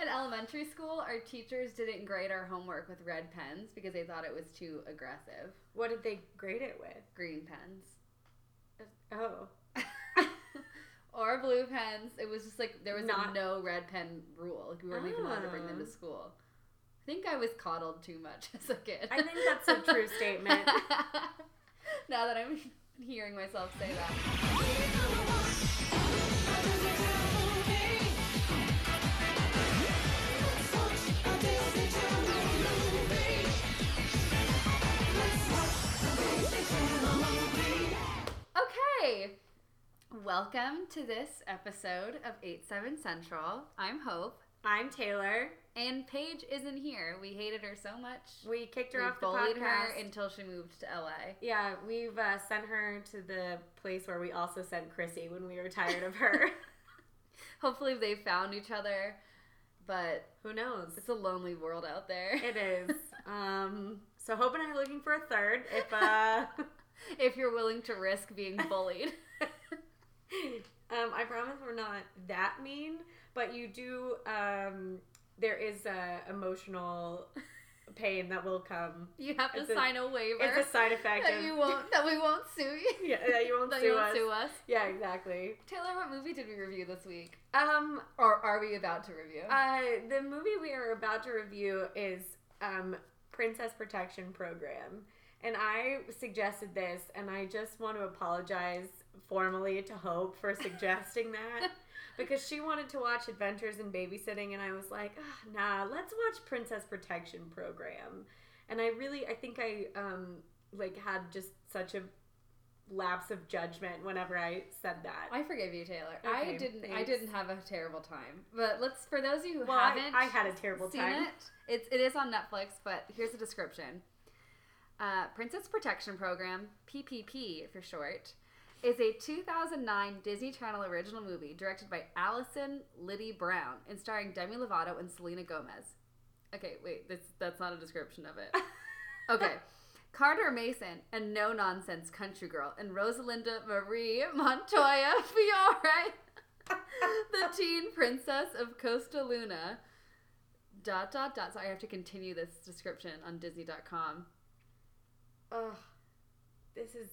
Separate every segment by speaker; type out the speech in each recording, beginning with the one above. Speaker 1: In elementary school, our teachers didn't grade our homework with red pens because they thought it was too aggressive.
Speaker 2: What did they grade it with?
Speaker 1: Green pens.
Speaker 2: Oh.
Speaker 1: or blue pens. It was just like there was
Speaker 2: Not-
Speaker 1: a no red pen rule. Like we weren't even allowed to bring them to
Speaker 2: Oh.
Speaker 1: school. I think I was coddled too much as a kid.
Speaker 2: I think that's a true statement.
Speaker 1: now that I'm hearing myself say that. Okay. Welcome to this episode of 87 Central. I'm Hope.
Speaker 2: I'm Taylor.
Speaker 1: And Paige isn't here. We hated her so much.
Speaker 2: We kicked her
Speaker 1: We
Speaker 2: off the
Speaker 1: bullied
Speaker 2: podcast.
Speaker 1: her until she moved to LA.
Speaker 2: yeah, we've uh, sent her to the place where we also sent Chrissy when we were tired of her.
Speaker 1: Hopefully they found each other, but
Speaker 2: Who knows?
Speaker 1: it's a lonely world out there.
Speaker 2: It is. Um, so Hope and I are looking for a third. If uh,
Speaker 1: if you're willing to risk being bullied.
Speaker 2: um, I promise we're not that mean, but you do. Um, there is uh, emotional pain that will come.
Speaker 1: You have to
Speaker 2: It's a-
Speaker 1: sign a waiver
Speaker 2: It's a side effect.
Speaker 1: that
Speaker 2: Of,
Speaker 1: you won't that we won't sue you.
Speaker 2: yeah, that you won't
Speaker 1: that
Speaker 2: sue
Speaker 1: you won't
Speaker 2: us.
Speaker 1: sue us.
Speaker 2: Yeah, exactly.
Speaker 1: Taylor, what movie did we review this week?
Speaker 2: Um,
Speaker 1: Or are we about to review?
Speaker 2: uh, the movie we are about to review is um, Princess Protection Program. And I suggested this, and I just want to apologize formally to Hope for suggesting that because she wanted to watch Adventures in Babysitting, and I was like, "Ah, nah, let's watch Princess Protection Program. And I really, I think I um, like had just such a lapse of judgment whenever I said that.
Speaker 1: I forgive you, Taylor. I
Speaker 2: Okay,
Speaker 1: didn't I
Speaker 2: thanks.
Speaker 1: didn't have a terrible time. But let's for those of you who
Speaker 2: well, I,
Speaker 1: haven't
Speaker 2: I had a terrible
Speaker 1: seen
Speaker 2: time.
Speaker 1: it. It's it is on Netflix, but here's the description. Uh, Princess Protection Program (PPP) for short is a 2009 Disney Channel original movie directed by Allison Liddy Brown and starring Demi Lovato and Selena Gomez. Okay, wait, this that's not a description of it. Okay. Carter Mason, a no nonsense country girl, and Rosalinda Marie Montoya Fiore, the teen princess of Costa Luna. Dot, dot, dot. Sorry, I have to continue this description on Disney.com.
Speaker 2: Ugh, this is,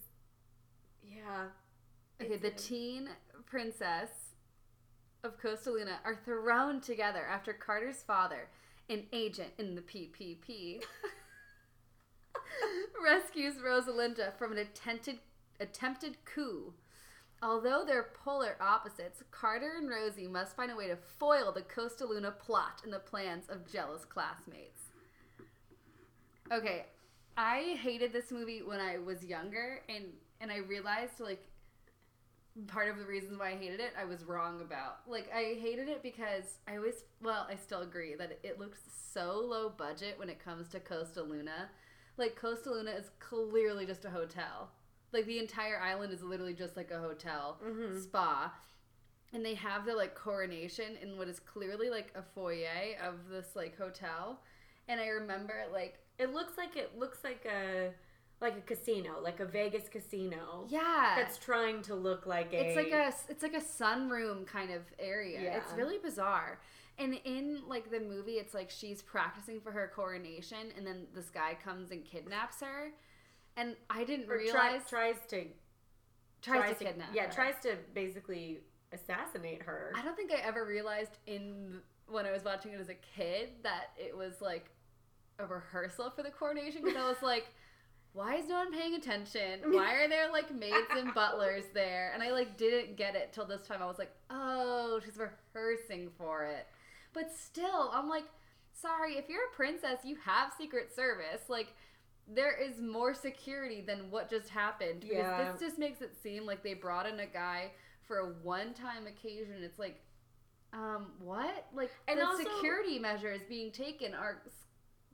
Speaker 2: yeah.
Speaker 1: Okay, the
Speaker 2: It's-
Speaker 1: teen princess of Costa Luna are thrown together after Carter's father, an agent in the PPP, rescues Rosalinda from an attempted attempted coup. Although they're polar opposites, Carter and Rosie must find a way to foil the Costa Luna plot and the plans of jealous classmates. Okay, I hated this movie when I was younger, and and I realized like part of the reasons why I hated it, I was wrong about. Like I hated it because I always, well, I still agree that it looks so low budget when it comes to Costa Luna. Like Costa Luna is clearly just a hotel. Like the entire island is literally just like a hotel
Speaker 2: Mhm.
Speaker 1: spa. And they have their like coronation in what is clearly like a foyer of this like hotel. And I remember like
Speaker 2: It looks like it looks like a like a casino, like a Vegas casino.
Speaker 1: yeah.
Speaker 2: That's trying to look like a.
Speaker 1: It's like a it's like a sunroom kind of area. It's
Speaker 2: Yeah.
Speaker 1: really bizarre. And in like the movie, it's like she's practicing for her coronation, and then this guy comes and kidnaps her. And I didn't
Speaker 2: or
Speaker 1: realize
Speaker 2: try, tries to
Speaker 1: tries, to, kidnap.
Speaker 2: Yeah,
Speaker 1: her.
Speaker 2: tries to basically assassinate her.
Speaker 1: I don't think I ever realized in when I was watching it as a kid that it was like a rehearsal for the coronation because I was like, why is no one paying attention? Why are there like maids and butlers there? And I like didn't get it till this time. I was like, oh, she's rehearsing for it. But still, I'm like, sorry, if you're a princess, you have secret service. Like there is more security than what just happened. Because
Speaker 2: Yeah.
Speaker 1: this just makes it seem like they brought in a guy for a one time occasion. It's like, um, what? Like
Speaker 2: And
Speaker 1: the
Speaker 2: also-
Speaker 1: security measures being taken are s-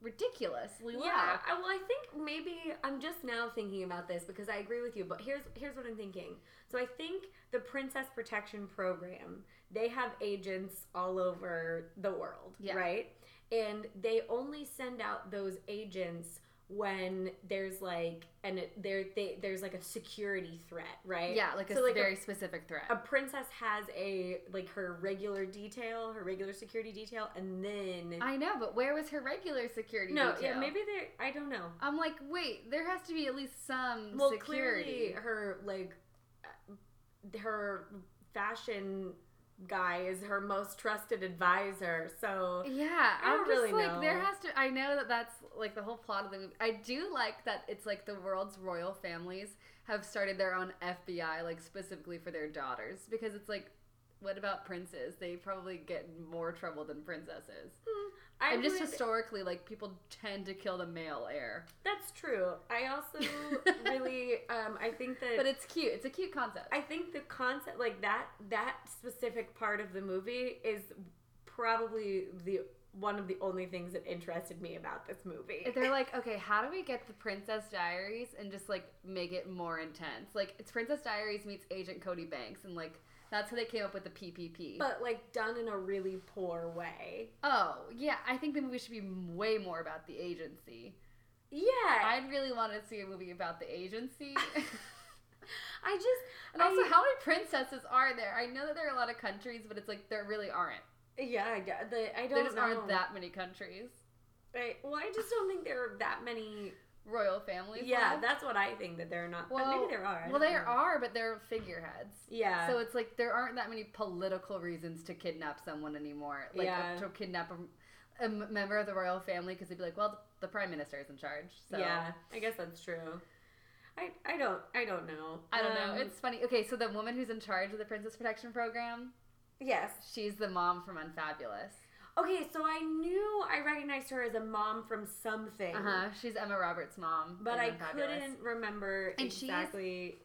Speaker 1: ridiculously low.
Speaker 2: Yeah, I- well, I think maybe I'm just now thinking about this because I agree with you. But here's here's what I'm thinking. So I think the Princess Protection Program they have agents all over the world,
Speaker 1: Yeah.
Speaker 2: right? And they only send out those agents when there's like and there they, there's like a security threat, right?
Speaker 1: Yeah, like a
Speaker 2: So, like,
Speaker 1: very specific threat.
Speaker 2: a princess has a like her regular detail, her regular security detail, and then
Speaker 1: I know, but where was her regular security?
Speaker 2: no,
Speaker 1: detail?
Speaker 2: yeah, maybe they. I don't know.
Speaker 1: I'm like, wait, there has to be at least some
Speaker 2: Well, clearly
Speaker 1: security.
Speaker 2: her like uh, her fashion guy is her most trusted advisor. So
Speaker 1: yeah,
Speaker 2: I don't
Speaker 1: I'm just
Speaker 2: really
Speaker 1: like there
Speaker 2: know.
Speaker 1: has to. I know that that's like the whole plot of the movie. I do like that it's like the world's royal families have started their own FBI, like specifically for their daughters, because it's like, what about princes? They probably get in more trouble than princesses.
Speaker 2: I
Speaker 1: and just
Speaker 2: would-
Speaker 1: historically, like people tend to kill the male heir.
Speaker 2: that's true. I also really um I think that
Speaker 1: But it's cute. It's a cute concept.
Speaker 2: I think the concept like that that specific part of the movie is probably the one of the only things that interested me about this movie.
Speaker 1: They're like, okay, how do we get the Princess Diaries and just like make it more intense? Like it's Princess Diaries meets Agent Cody Banks, and like that's how they came up with the PPP.
Speaker 2: but like done in a really poor way.
Speaker 1: oh yeah, I think the movie should be m- way more about the agency.
Speaker 2: Yeah.
Speaker 1: I'd really want to see a movie about the agency.
Speaker 2: I just
Speaker 1: and also,
Speaker 2: I-
Speaker 1: how many princesses are there? I know that there are a lot of countries, but it's like there really aren't.
Speaker 2: Yeah, I, d- the, I don't
Speaker 1: There just
Speaker 2: know.
Speaker 1: aren't that many countries.
Speaker 2: Right. Well, I just don't think there are that many.
Speaker 1: Royal families.
Speaker 2: Yeah,
Speaker 1: left.
Speaker 2: that's what I think that there are not. but
Speaker 1: Well,
Speaker 2: maybe there are. I
Speaker 1: Well,
Speaker 2: don't
Speaker 1: there
Speaker 2: know.
Speaker 1: are, but they're figureheads.
Speaker 2: Yeah.
Speaker 1: So it's like there aren't that many political reasons to kidnap someone anymore. Like
Speaker 2: Yeah.
Speaker 1: to kidnap a, a m- member of the royal family because they'd be like, well, the, the prime minister is in charge. So
Speaker 2: Yeah, I guess that's true. I, I don't I don't know.
Speaker 1: I don't know.
Speaker 2: Um,
Speaker 1: It's funny. Okay, so the woman who's in charge of the princess protection program,
Speaker 2: yes.
Speaker 1: she's the mom from Unfabulous.
Speaker 2: Okay, so I knew I recognized her as a mom from something,
Speaker 1: Uh huh. She's Emma Roberts' mom.
Speaker 2: but
Speaker 1: in
Speaker 2: I
Speaker 1: Unfabulous.
Speaker 2: couldn't remember
Speaker 1: And she's-
Speaker 2: exactly.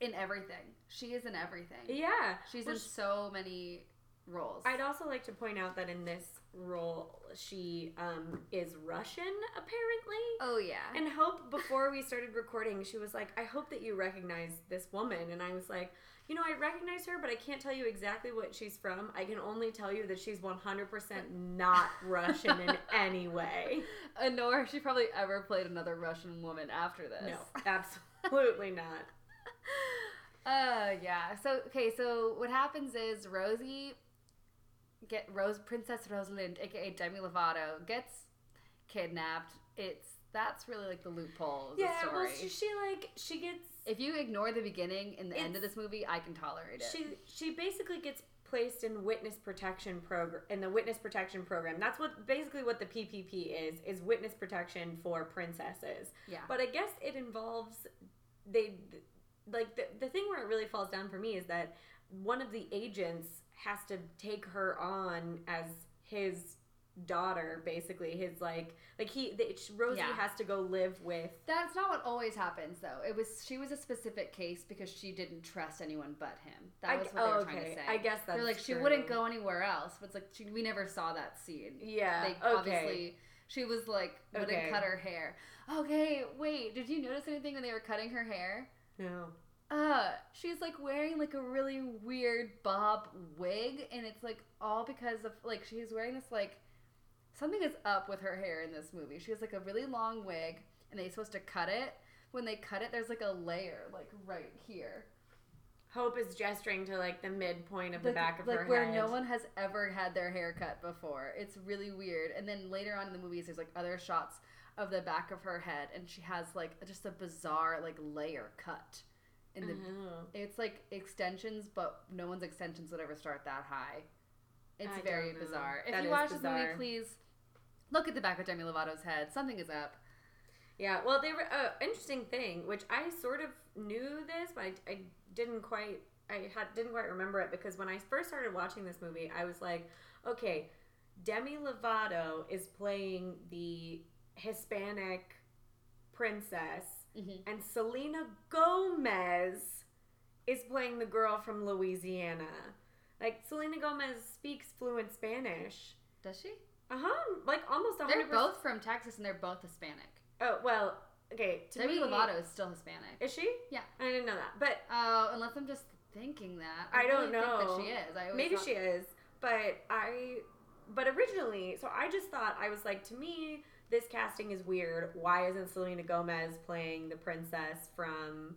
Speaker 1: in everything. She is in everything.
Speaker 2: yeah,
Speaker 1: She's
Speaker 2: Well,
Speaker 1: in
Speaker 2: sh-
Speaker 1: so many roles.
Speaker 2: I'd also like to point out that in this role, she um, is Russian apparently.
Speaker 1: oh yeah.
Speaker 2: And Hope, before we started recording, she was like, I hope that you recognize this woman. And I was like, You know, I recognize her, but I can't tell you exactly what she's from. I can only tell you that she's 100% not Russian in any way.
Speaker 1: Uh, nor has she probably ever played another Russian woman after this.
Speaker 2: No, absolutely not.
Speaker 1: Uh, yeah. So okay, so what happens is Rosie get Rose Princess Rosalind, aka Demi Lovato, gets kidnapped. It's that's really like the loophole of the
Speaker 2: Yeah,
Speaker 1: story.
Speaker 2: well, she, she like, she gets,
Speaker 1: if you ignore the beginning and the end of
Speaker 2: It's-
Speaker 1: this movie, I can tolerate it.
Speaker 2: she, she basically gets placed in witness protection program in the witness protection program that's what basically what the ppp is is witness protection for princesses
Speaker 1: yeah.
Speaker 2: But I guess it involves they like the, the thing where it really falls down for me is that one of the agents has to take her on as his daughter basically his like like he they, Rosie
Speaker 1: Yeah.
Speaker 2: has to go live with
Speaker 1: that's not what always happens though. It was she was a specific case because she didn't trust anyone but him.
Speaker 2: I-
Speaker 1: That was what they were
Speaker 2: oh,
Speaker 1: trying to
Speaker 2: okay.
Speaker 1: say.
Speaker 2: I guess that's
Speaker 1: They're like she
Speaker 2: true.
Speaker 1: wouldn't go anywhere else, but it's like she, we never saw that scene.
Speaker 2: yeah
Speaker 1: They
Speaker 2: okay
Speaker 1: obviously she was like wouldn't
Speaker 2: Okay.
Speaker 1: cut her hair. Okay, wait, did you notice anything when they were cutting her hair?
Speaker 2: no
Speaker 1: Uh, she's like wearing like a really weird bob wig and it's like all because of like she's wearing this like something is up with her hair in this movie. She has like a really long wig and they're supposed to cut it. When they cut it, there's like a layer like right here.
Speaker 2: Hope is gesturing to like the midpoint of the
Speaker 1: like,
Speaker 2: back of
Speaker 1: like
Speaker 2: her
Speaker 1: where
Speaker 2: head
Speaker 1: no one has ever had their hair cut before. It's really weird. And then later on in the movies, there's like other shots of the back of her head, and she has like just a bizarre like layer cut. In the
Speaker 2: Oh.
Speaker 1: it's like extensions, but no one's extensions would ever start that high. It's
Speaker 2: I
Speaker 1: very
Speaker 2: don't know.
Speaker 1: bizarre. If
Speaker 2: That
Speaker 1: you
Speaker 2: is
Speaker 1: watch this
Speaker 2: bizarre.
Speaker 1: movie, please look at the back of Demi Lovato's head. Something is up.
Speaker 2: Yeah, well, they were uh, interesting thing, which I sort of knew this, but I, I didn't quite. I had, didn't quite remember it because when I first started watching this movie, I was like, okay, Demi Lovato is playing the Hispanic princess,
Speaker 1: Mhm.
Speaker 2: and Selena Gomez is playing the girl from Louisiana. Like Selena Gomez speaks fluent Spanish.
Speaker 1: Does she?
Speaker 2: Uh huh. Like almost 100
Speaker 1: They're both from Texas, and they're both Hispanic.
Speaker 2: Oh well. Okay. To
Speaker 1: Demi
Speaker 2: me,
Speaker 1: Lovato is still Hispanic.
Speaker 2: Is she?
Speaker 1: Yeah.
Speaker 2: I didn't know that. But
Speaker 1: Oh, unless I'm just thinking that.
Speaker 2: I
Speaker 1: really
Speaker 2: don't know.
Speaker 1: Think that she is. I always
Speaker 2: maybe
Speaker 1: thought-
Speaker 2: she is. But I but originally, so I just thought I was like to me this casting is weird. Why isn't Selena Gomez playing the princess from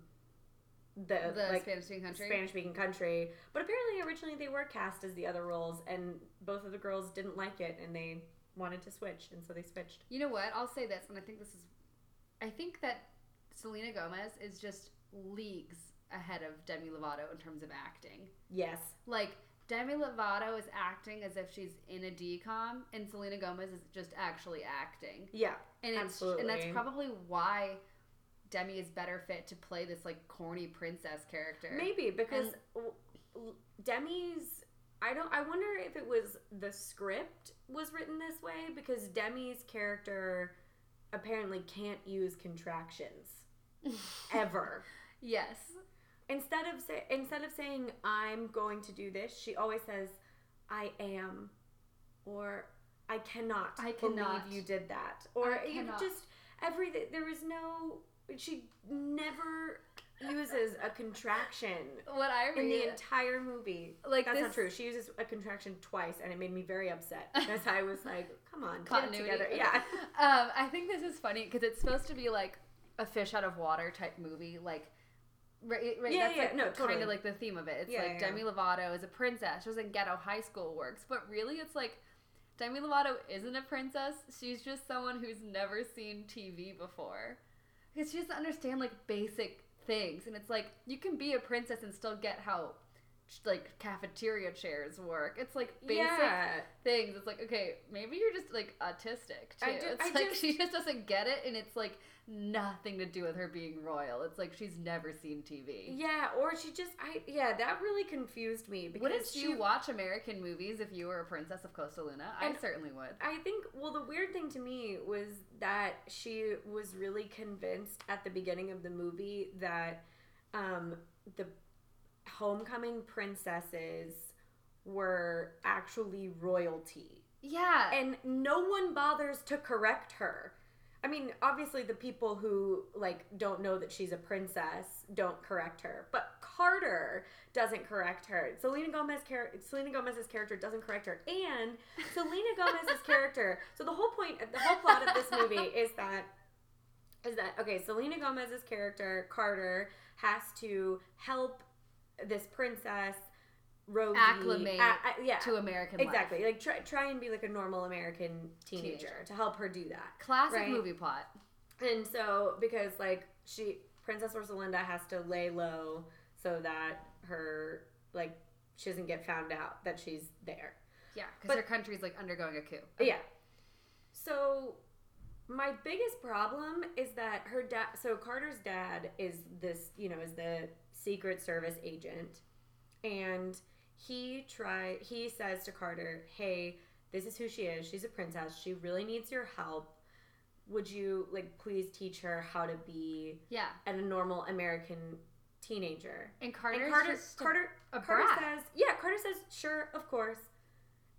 Speaker 2: the,
Speaker 1: the
Speaker 2: like
Speaker 1: Spanish speaking country.
Speaker 2: Spanish speaking country? But apparently, originally they were cast as the other roles, and both of the girls didn't like it, and they wanted to switch, and so they switched.
Speaker 1: You know what? I'll say this, and I think this is, I think that Selena Gomez is just leagues ahead of Demi Lovato in terms of acting.
Speaker 2: Yes,
Speaker 1: Like Demi Lovato is acting as if she's in a decom, and Selena Gomez is just actually acting.
Speaker 2: yeah,
Speaker 1: And it's
Speaker 2: Absolutely.
Speaker 1: and that's probably why Demi is better fit to play this like corny princess character.
Speaker 2: Maybe because w l Demi's. I don't. I wonder if it was the script was written this way because Demi's character apparently can't use contractions ever.
Speaker 1: Yes.
Speaker 2: instead of say, instead of saying I'm going to do this, she always says I am, or I cannot.
Speaker 1: I cannot.
Speaker 2: believe you did that, or
Speaker 1: I
Speaker 2: you know,
Speaker 1: cannot.
Speaker 2: just everything. There is no. She never uses a contraction
Speaker 1: What I
Speaker 2: in the
Speaker 1: read
Speaker 2: entire movie.
Speaker 1: Like,
Speaker 2: that's not
Speaker 1: this-
Speaker 2: true. She uses a contraction twice, and it made me very upset. That's how I was like, "Come on, get it
Speaker 1: Continuity.
Speaker 2: together." Yeah,
Speaker 1: um, I think this is funny because it's supposed to be like a fish out of water type movie, like. Right, right.
Speaker 2: Yeah,
Speaker 1: that's
Speaker 2: yeah,
Speaker 1: like
Speaker 2: no,
Speaker 1: kind
Speaker 2: totally.
Speaker 1: of like the theme of it. It's
Speaker 2: Yeah,
Speaker 1: like
Speaker 2: yeah,
Speaker 1: Demi Lovato is a princess. She was in Ghetto High School Works, but really, it's like Demi Lovato isn't a princess. She's just someone who's never seen TV before, because she doesn't understand like basic things. And it's like you can be a princess and still get how like cafeteria chairs work. It's like basic
Speaker 2: yeah.
Speaker 1: things. It's like, okay, maybe you're just like autistic too.
Speaker 2: I do-
Speaker 1: it's
Speaker 2: I
Speaker 1: like
Speaker 2: just-
Speaker 1: she just doesn't get it, and it's like nothing to do with her being royal. It's like she's never seen TV.
Speaker 2: Yeah, or she just I yeah, that really confused me because
Speaker 1: Wouldn't
Speaker 2: she
Speaker 1: you watch American movies if you were a princess of Costa Luna? I
Speaker 2: And-
Speaker 1: certainly would.
Speaker 2: I think well the weird thing to me was that she was really convinced at the beginning of the movie that um the homecoming princesses were actually royalty.
Speaker 1: Yeah,
Speaker 2: And no one bothers to correct her. I mean, obviously the people who like don't know that she's a princess don't correct her, but Carter doesn't correct her. Selena Gomez char- Selena Gomez's character doesn't correct her, and Selena Gomez's character. So the whole point, the whole plot of this movie is that is that okay? Selena Gomez's character Carter has to help this princess Rosie
Speaker 1: Acclimate
Speaker 2: a- a- yeah,
Speaker 1: to American life.
Speaker 2: exactly like try, try and be like a normal american teenager,
Speaker 1: Teenager.
Speaker 2: to help her do that
Speaker 1: Classic
Speaker 2: Right.
Speaker 1: movie plot.
Speaker 2: and so because like she princess rosalinda has to lay low so that her like she doesn't get found out that she's there
Speaker 1: Yeah, because
Speaker 2: But-
Speaker 1: her country's like undergoing a coup.
Speaker 2: yeah so my biggest problem is that her dad so carter's dad is this you know is the secret service agent and he try he says to carter hey this is who she is she's a princess she really needs your help would you like please teach her how to be
Speaker 1: Yeah,
Speaker 2: a normal american teenager
Speaker 1: and Carter's
Speaker 2: and Carter,
Speaker 1: just a-
Speaker 2: Carter,
Speaker 1: a
Speaker 2: Carter
Speaker 1: brat.
Speaker 2: says, yeah, Carter says, sure, of course.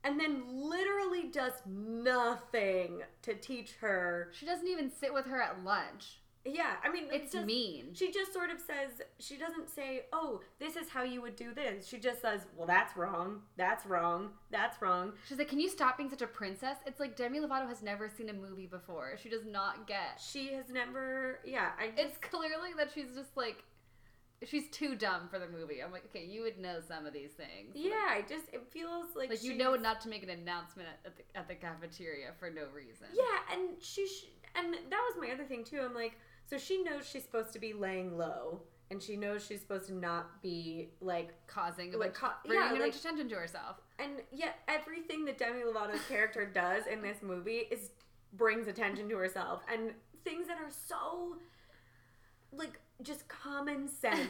Speaker 2: And then literally does nothing to teach her.
Speaker 1: she doesn't even sit with her at lunch.
Speaker 2: Yeah, I mean,
Speaker 1: It's
Speaker 2: just,
Speaker 1: mean.
Speaker 2: She just sort of says, she doesn't say, oh, this is how you would do this. She just says, well, that's wrong, that's wrong, that's wrong.
Speaker 1: She's like, "Can you stop being such a princess?" It's like Demi Lovato has never seen a movie before. She does not get.
Speaker 2: She has never, yeah, I
Speaker 1: It's clearly that she's just like she's too dumb for the movie. I'm like, okay, you would know some of these things.
Speaker 2: yeah, I just, it feels
Speaker 1: Like,
Speaker 2: like,
Speaker 1: like you
Speaker 2: she's-
Speaker 1: know not to make an announcement at- at the, at the cafeteria for no reason.
Speaker 2: Yeah, and she sh- and that was my other thing too. I'm like, so she knows she's supposed to be laying low, and she knows she's supposed to not be like,
Speaker 1: Causing a
Speaker 2: Like,
Speaker 1: bunch,
Speaker 2: ca-
Speaker 1: bringing a
Speaker 2: yeah, like-
Speaker 1: bunch of attention to herself.
Speaker 2: and yet everything that Demi Lovato's character does in this movie is brings attention to herself and things that are so like just common sense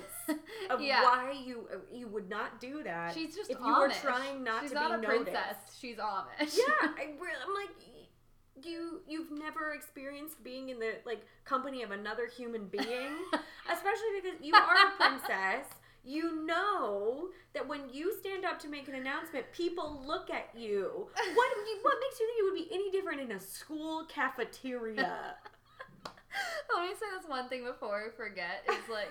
Speaker 2: of
Speaker 1: Yeah.
Speaker 2: why you you would not do that.
Speaker 1: She's just
Speaker 2: if you
Speaker 1: Amish.
Speaker 2: were trying not
Speaker 1: she's
Speaker 2: to
Speaker 1: not
Speaker 2: be
Speaker 1: a
Speaker 2: noticed.
Speaker 1: princess. She's Amish.
Speaker 2: yeah I, re- i'm like y- you you've never experienced being in the like company of another human being especially because you are a princess you know that when you stand up to make an announcement people look at you what do you- what makes you think it would be any different in a school cafeteria
Speaker 1: Let me say this one thing before I forget. Is like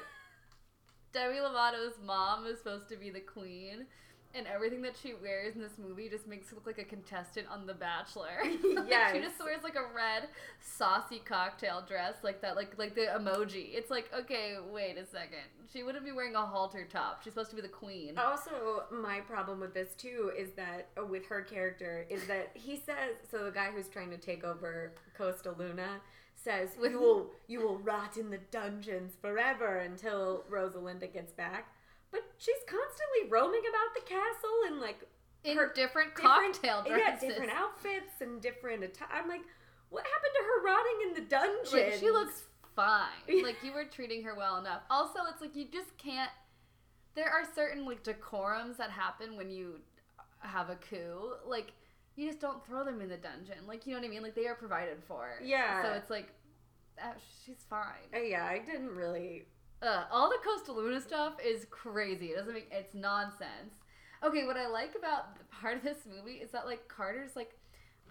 Speaker 1: Demi Lovato's mom is supposed to be the queen, and everything that she wears in this movie just makes her look like a contestant on The Bachelor. like, she
Speaker 2: Yes.
Speaker 1: just wears like a red saucy cocktail dress, like that, like like the emoji. It's like, okay, wait a second. She wouldn't be wearing a halter top. She's supposed to be the queen.
Speaker 2: Oh, Also, my problem with this too is that uh, with her character is that he says so the guy who's trying to take over Costa Luna says
Speaker 1: With-
Speaker 2: you will you will rot in the dungeons forever until Rosalinda gets back. But she's constantly roaming about the castle in like
Speaker 1: in
Speaker 2: her
Speaker 1: different
Speaker 2: different-
Speaker 1: cocktail
Speaker 2: yeah,
Speaker 1: dresses.
Speaker 2: different outfits and different attire. I'm like, what happened to her rotting in the dungeon?
Speaker 1: Like, she looks fine. Like you were treating her well enough. Also, it's like you just can't. There are certain like decorums that happen when you have a coup. Like you just don't throw them in the dungeon. Like you know what I mean. Like they are provided for.
Speaker 2: Yeah.
Speaker 1: So it's like, uh, she's fine.
Speaker 2: Uh, yeah, I didn't really.
Speaker 1: Uh, all the Costa Luna stuff is crazy. It doesn't make it's nonsense. Okay, what I like about the part of this movie is that like Carter's like,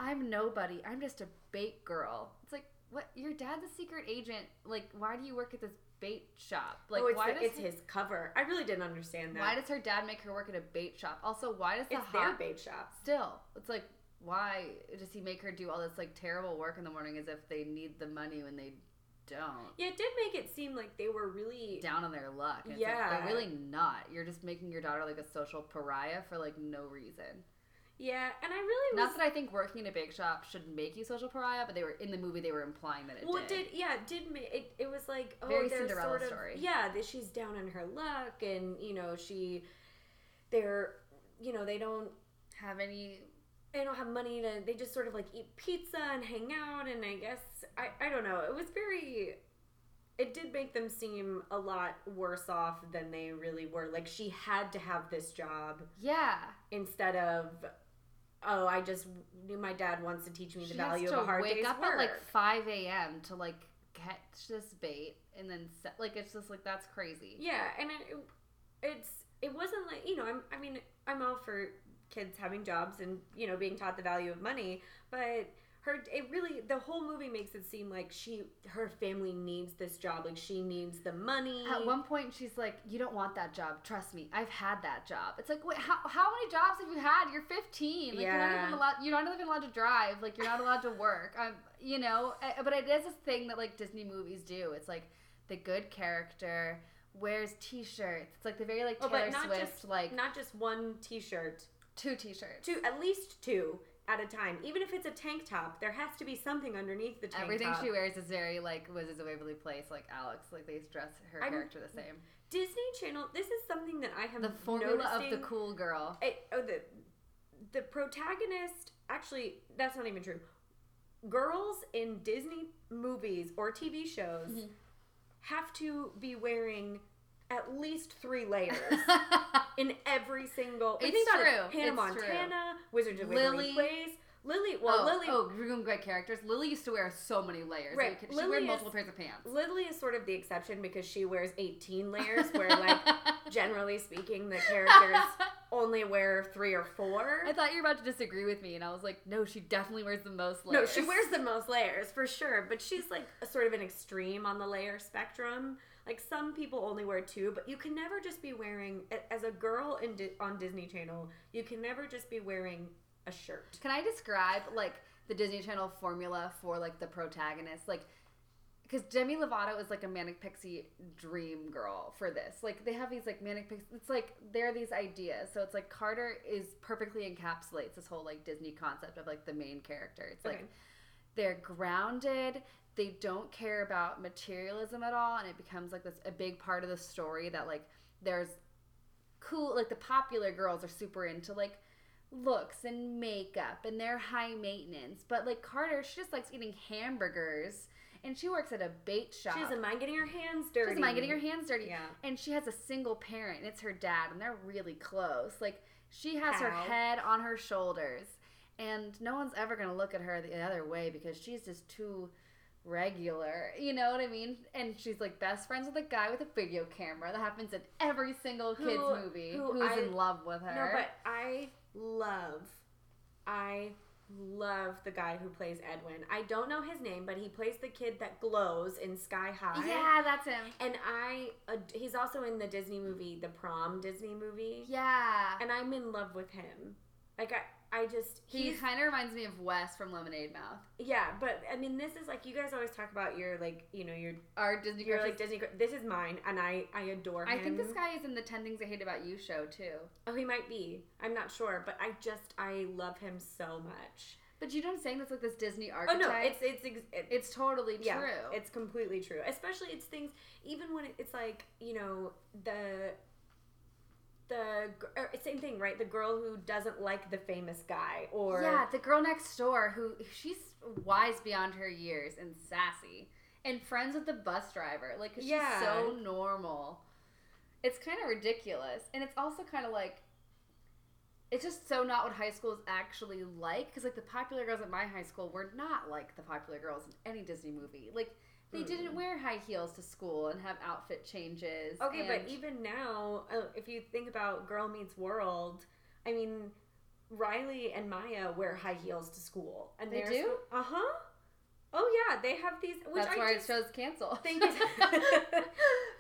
Speaker 1: I'm nobody. I'm just a bait girl. It's like what your dad's a secret agent. Like why do you work at this bait shop? Like
Speaker 2: oh, it's,
Speaker 1: why
Speaker 2: the-
Speaker 1: does
Speaker 2: it's his cover. I really didn't understand that.
Speaker 1: why does her dad make her work at a bait shop? Also, why does the
Speaker 2: it's their
Speaker 1: hot
Speaker 2: bait shop.
Speaker 1: still? It's like why does he make her do all this like terrible work in the morning as if they need the money when they don't?
Speaker 2: Yeah, it did make it seem like they were really.
Speaker 1: down on their luck. And yeah.
Speaker 2: Yeah.
Speaker 1: they're really not. You're just making your daughter like a social pariah for like no reason.
Speaker 2: Yeah, and I really was.
Speaker 1: Not that I think working in a bake shop should make you social pariah, but they were in the movie they were implying that it
Speaker 2: well, it
Speaker 1: did.
Speaker 2: did. Yeah, it did make it. It was like oh,
Speaker 1: Very
Speaker 2: they're
Speaker 1: Cinderella
Speaker 2: sort of,
Speaker 1: story.
Speaker 2: Yeah, that she's down on her luck, and you know she, they're, you know they don't
Speaker 1: Have any
Speaker 2: they don't have money to they just sort of like eat pizza and hang out and i guess i i don't know it was very it did make them seem a lot worse off than they really were like she had to have this job
Speaker 1: Yeah.
Speaker 2: instead of oh i just knew my dad wants to teach me the
Speaker 1: She has
Speaker 2: value of
Speaker 1: to
Speaker 2: a hard
Speaker 1: wake
Speaker 2: day's
Speaker 1: up
Speaker 2: work
Speaker 1: at like five AM to like catch this bait and then set, like it's just like that's crazy.
Speaker 2: yeah and it, it's it wasn't like you know I'm, i mean i'm all for kids having jobs and you know being taught the value of money but her it really the whole movie makes it seem like she her family needs this job like she needs the money
Speaker 1: At one point, she's like, "You don't want that job. Trust me, I've had that job." It's like, wait, how, how many jobs have you had? You're 15. Like, you're not
Speaker 2: Yeah.
Speaker 1: even allowed. You're not even allowed to drive. Like, you're not allowed to work. I'm, you know. I, but it is a thing that like Disney movies do. It's like the good character wears t-shirts. It's like the very like
Speaker 2: Oh,
Speaker 1: Taylor
Speaker 2: but not
Speaker 1: Swift,
Speaker 2: just
Speaker 1: like
Speaker 2: not just one t-shirt
Speaker 1: two t-shirts.
Speaker 2: two at least two at a time even if it's a tank top there has to be something underneath the tank
Speaker 1: Everything
Speaker 2: top
Speaker 1: she wears is very like Wizards of Waverly Place, like Alex. Like they dress her
Speaker 2: I'm-
Speaker 1: character the same.
Speaker 2: disney channel this is something that i have
Speaker 1: The formula of the
Speaker 2: noticing-
Speaker 1: cool girl.
Speaker 2: it, oh, the the protagonist actually that's not even true girls in disney movies or tv shows
Speaker 1: Mm-hmm.
Speaker 2: have to be wearing at least three layers in every single
Speaker 1: It's
Speaker 2: think about it.
Speaker 1: true.
Speaker 2: hannah
Speaker 1: It's true.
Speaker 2: montana wizards of waverly
Speaker 1: Lily.
Speaker 2: place lily well
Speaker 1: oh,
Speaker 2: lily
Speaker 1: oh, we're doing great characters. Lily used to wear so many layers.
Speaker 2: Right,
Speaker 1: Like, she
Speaker 2: Lily
Speaker 1: wear
Speaker 2: is-
Speaker 1: multiple pairs of pants.
Speaker 2: Lily is sort of the exception because she wears 18 layers, where, like, generally speaking, the characters only wear three or four.
Speaker 1: I thought you were about to disagree with me, and I was like, no, she definitely wears the most
Speaker 2: No,
Speaker 1: layers.
Speaker 2: she wears the most layers for sure, but she's like a sort of an extreme on the layer spectrum. Like some people only wear two, but you can never just be wearing a- as a girl in Di- on Disney Channel. You can never just be wearing a shirt.
Speaker 1: Can I describe like the Disney Channel formula for like the protagonist? Like, because Demi Lovato is like a manic pixie dream girl for this. Like, they have these like manic pixie. It's like there are these ideas. So it's like Carter is perfectly encapsulates this whole like Disney concept of like the main character. It's like
Speaker 2: Okay.
Speaker 1: they're grounded they don't care about materialism at all and it becomes like this a big part of the story that like there's cool like the popular girls are super into like looks and makeup and they're high maintenance but like carter she just likes eating hamburgers and she works at a bait shop
Speaker 2: She doesn't mind getting her hands dirty.
Speaker 1: she doesn't mind getting her hands dirty.
Speaker 2: Yeah.
Speaker 1: And she has a single parent, and it's her dad, and they're really close. Like she has her
Speaker 2: How?
Speaker 1: head on her shoulders, and no one's ever gonna look at her the other way because she's just too regular. You know what I mean? And she's like best friends with a guy with a video camera that happens in every single
Speaker 2: Who-
Speaker 1: kids movie
Speaker 2: who
Speaker 1: who's
Speaker 2: I-
Speaker 1: in love with
Speaker 2: No,
Speaker 1: her.
Speaker 2: but I love, I love the guy who plays Edwin. I don't know his name, but he plays the kid that glows in Sky High.
Speaker 1: Yeah, that's him.
Speaker 2: And I, uh, he's also in the Disney movie, the prom Disney movie.
Speaker 1: Yeah.
Speaker 2: And I'm in love with him. Like, I, I just,
Speaker 1: He
Speaker 2: he's,
Speaker 1: kind of reminds me of Wes from Lemonade Mouth.
Speaker 2: yeah, but I mean, this is like, you guys always talk about your, like, you know, your,
Speaker 1: Our Disney
Speaker 2: your,
Speaker 1: crushes-
Speaker 2: like, Disney, this is mine, and I, I adore
Speaker 1: I
Speaker 2: him.
Speaker 1: think this guy is in the 10 Things I Hate About You show, too.
Speaker 2: Oh, he might be. I'm not sure, but I just, I love him so much.
Speaker 1: But you know what I'm saying? That's like this Disney
Speaker 2: Oh,
Speaker 1: archetype.
Speaker 2: no, it's, it's, ex- it,
Speaker 1: It's totally true.
Speaker 2: Yeah, it's completely true. Especially it's things even when it- it's like you know the the gr- er, same thing, right? The girl who doesn't like the famous guy, or
Speaker 1: yeah, the girl next door who she's wise beyond her years and sassy and friends with the bus driver. Like 'cause
Speaker 2: Yeah.
Speaker 1: she's so normal. It's kind of ridiculous, and it's also kind of like it's just so not what high school is actually like. Because like the popular girls at my high school were not like the popular girls in any Disney movie. Like they
Speaker 2: Hmm.
Speaker 1: didn't wear high heels to school and have outfit changes.
Speaker 2: okay,
Speaker 1: and-
Speaker 2: but even now, uh, if you think about Girl Meets World, I mean. Riley and Maya wear high heels to school, and
Speaker 1: They do?
Speaker 2: Uh huh. Oh yeah, they have these. Which
Speaker 1: that's
Speaker 2: I
Speaker 1: why
Speaker 2: just,
Speaker 1: it shows cancel.
Speaker 2: think is-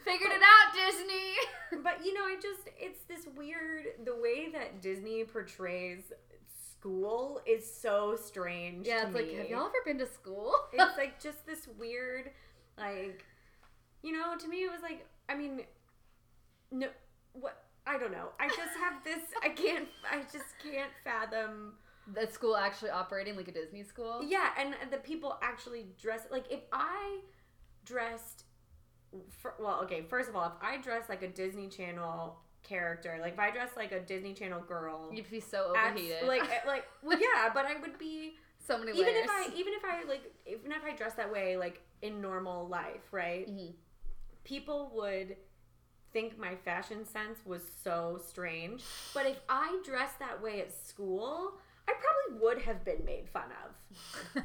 Speaker 1: Figured it out, Disney.
Speaker 2: but you know, I just it's this weird the way that Disney portrays school is so strange.
Speaker 1: Yeah,
Speaker 2: to
Speaker 1: it's like,
Speaker 2: me.
Speaker 1: have y'all ever been to school?
Speaker 2: it's like just this weird, like, you know, to me it was like, I mean, no, what I don't know. I just have this. I can't. I just can't fathom.
Speaker 1: That school actually operating like a Disney school?
Speaker 2: Yeah, and the people actually dress like if I dressed for, well, okay, first of all, if I dress like a Disney Channel character, like if I dress like a Disney Channel girl,
Speaker 1: You'd be so
Speaker 2: abs-
Speaker 1: overheated.
Speaker 2: like eh, like well, yeah, but I would be
Speaker 1: so many layers.
Speaker 2: even if I even if I like even if I dress that way like in normal life, right?
Speaker 1: Mhm.
Speaker 2: People would think my fashion sense was so strange, but if I dressed that way at school, I probably would have been made fun of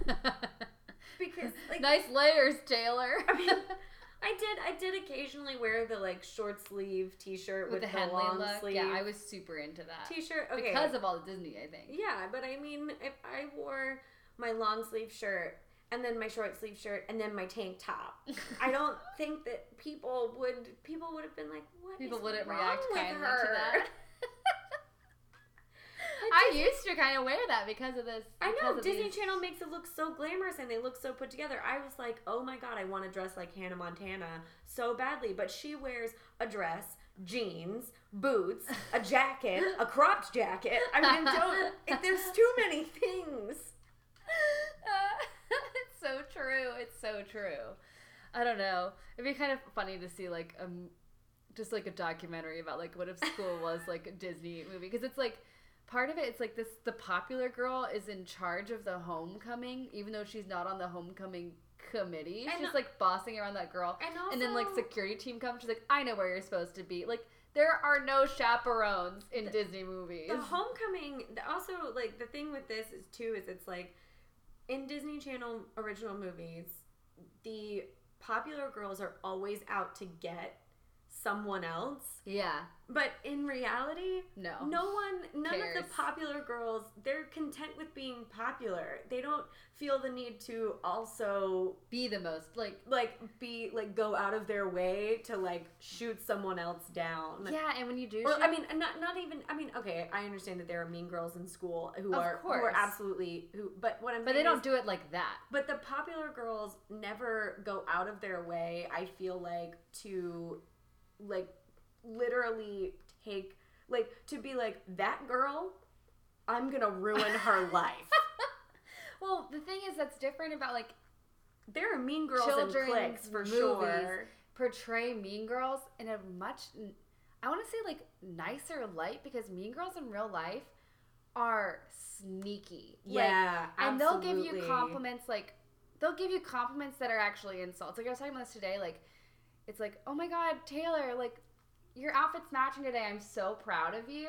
Speaker 2: because
Speaker 1: Mm-hmm.
Speaker 2: like
Speaker 1: nice layers, Taylor.
Speaker 2: I mean, I did. I did occasionally wear the like short sleeve T-shirt with,
Speaker 1: With the
Speaker 2: the,
Speaker 1: Henley
Speaker 2: long
Speaker 1: look.
Speaker 2: sleeve
Speaker 1: Yeah, I was super into that.
Speaker 2: T-shirt. Okay,
Speaker 1: Because of all the Disney, I think.
Speaker 2: yeah, but I mean, if I wore my long sleeve shirt and then my short sleeve shirt and then my tank top, I don't think that people would people would have been like, "What?"
Speaker 1: People
Speaker 2: is
Speaker 1: wouldn't
Speaker 2: wrong
Speaker 1: react
Speaker 2: with
Speaker 1: kindly
Speaker 2: her?
Speaker 1: to that. I used to kind of wear that because of this.
Speaker 2: I
Speaker 1: because
Speaker 2: know
Speaker 1: of
Speaker 2: Disney
Speaker 1: these-
Speaker 2: Channel makes it look so glamorous and they look so put together. I was like, oh my god, I want to dress like Hannah Montana so badly, but she wears a dress, jeans, boots, a jacket, a cropped jacket. I mean, don't, it- there's too many things.
Speaker 1: it's so true. It's so true. I don't know. It'd be kind of funny to see like um, just like a documentary about like what if school was like a Disney movie because it's like part of it. It's like this: the popular girl is in charge of the homecoming, even though she's not on the homecoming committee.
Speaker 2: And-
Speaker 1: she's like bossing around that girl,
Speaker 2: And
Speaker 1: and then like
Speaker 2: also-
Speaker 1: security team comes. She's like, "I know where you're supposed to be." Like there are no chaperones in Disney movies.
Speaker 2: The homecoming, the- also, like, the thing with this is too, is it's like in Disney Channel original movies, the popular girls are always out to get someone else.
Speaker 1: yeah,
Speaker 2: But in reality,
Speaker 1: no,
Speaker 2: No one, none of
Speaker 1: cares.
Speaker 2: the popular girls, they're content with being popular. They don't feel the need to also
Speaker 1: be the most like
Speaker 2: like be like go out of their way to like shoot someone else down.
Speaker 1: Yeah, and when you do,
Speaker 2: Or
Speaker 1: shoot-
Speaker 2: I mean, not not even. I mean, okay, I understand that there are mean girls in school who
Speaker 1: Of
Speaker 2: are who
Speaker 1: course.
Speaker 2: are absolutely who. But what I'm
Speaker 1: but they
Speaker 2: saying
Speaker 1: don't
Speaker 2: is-
Speaker 1: do it like that.
Speaker 2: But the popular girls never go out of their way, I feel like, to like literally take like to be like that girl, I'm gonna ruin her life.
Speaker 1: Well, the thing is that's different about like
Speaker 2: There are mean girls
Speaker 1: Children's
Speaker 2: in cliques for
Speaker 1: movies.
Speaker 2: sure.
Speaker 1: portray Mean Girls in a much, n- I want to say like nicer light because Mean Girls in real life are sneaky. Like,
Speaker 2: Yeah.
Speaker 1: and they'll give you
Speaker 2: absolutely.
Speaker 1: compliments like they'll give you compliments that are actually insults. Like I was talking about this today, like it's like, oh my god, Taylor, like your outfit's matching today. I'm so proud of you.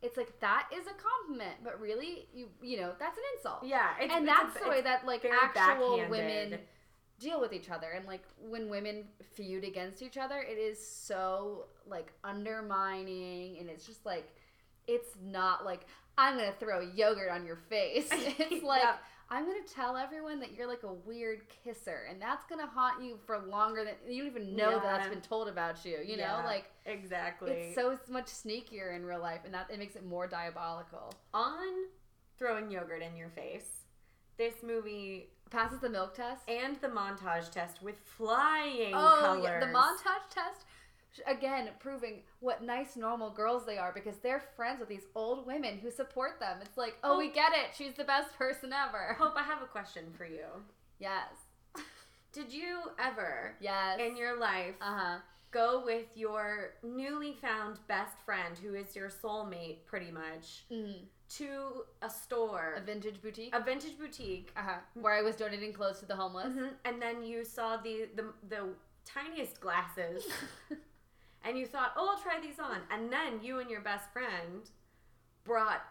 Speaker 1: It's like that is a compliment, but really, you you know that's an insult.
Speaker 2: Yeah, it's,
Speaker 1: and
Speaker 2: it's a-
Speaker 1: that's the way
Speaker 2: it's-
Speaker 1: that like
Speaker 2: very
Speaker 1: actual
Speaker 2: backhanded.
Speaker 1: women deal with each other and like when women feud against each other it is so like undermining and it's just like it's not like I'm gonna throw yogurt on your face. It's like
Speaker 2: Yeah.
Speaker 1: I'm gonna tell everyone that you're like a weird kisser, and that's gonna haunt you for longer than you don't even know that that's
Speaker 2: Yeah.
Speaker 1: been told about you. You know,
Speaker 2: Yeah,
Speaker 1: like
Speaker 2: exactly.
Speaker 1: it's so much sneakier in real life, and that it makes it more diabolical.
Speaker 2: on throwing yogurt in your face. This movie
Speaker 1: Passes the milk test.
Speaker 2: and the montage test with flying
Speaker 1: Oh,
Speaker 2: colors.
Speaker 1: yeah, the montage test sh- again proving what nice normal girls they are because they're friends with these old women who support them. It's like, oh, we
Speaker 2: Oh.
Speaker 1: get it. She's the best person ever.
Speaker 2: Hope I have a question for you.
Speaker 1: Yes,
Speaker 2: Did you ever
Speaker 1: yes.
Speaker 2: in your life
Speaker 1: uh huh.
Speaker 2: go with your newly found best friend who is your soulmate pretty much
Speaker 1: Mm.
Speaker 2: to a store,
Speaker 1: A vintage boutique.
Speaker 2: a vintage boutique
Speaker 1: uh huh. Where I was donating clothes to the homeless.
Speaker 2: Mhm. and then you saw the the, the tiniest glasses and you thought, "Oh, I'll try these on." And then you and your best friend brought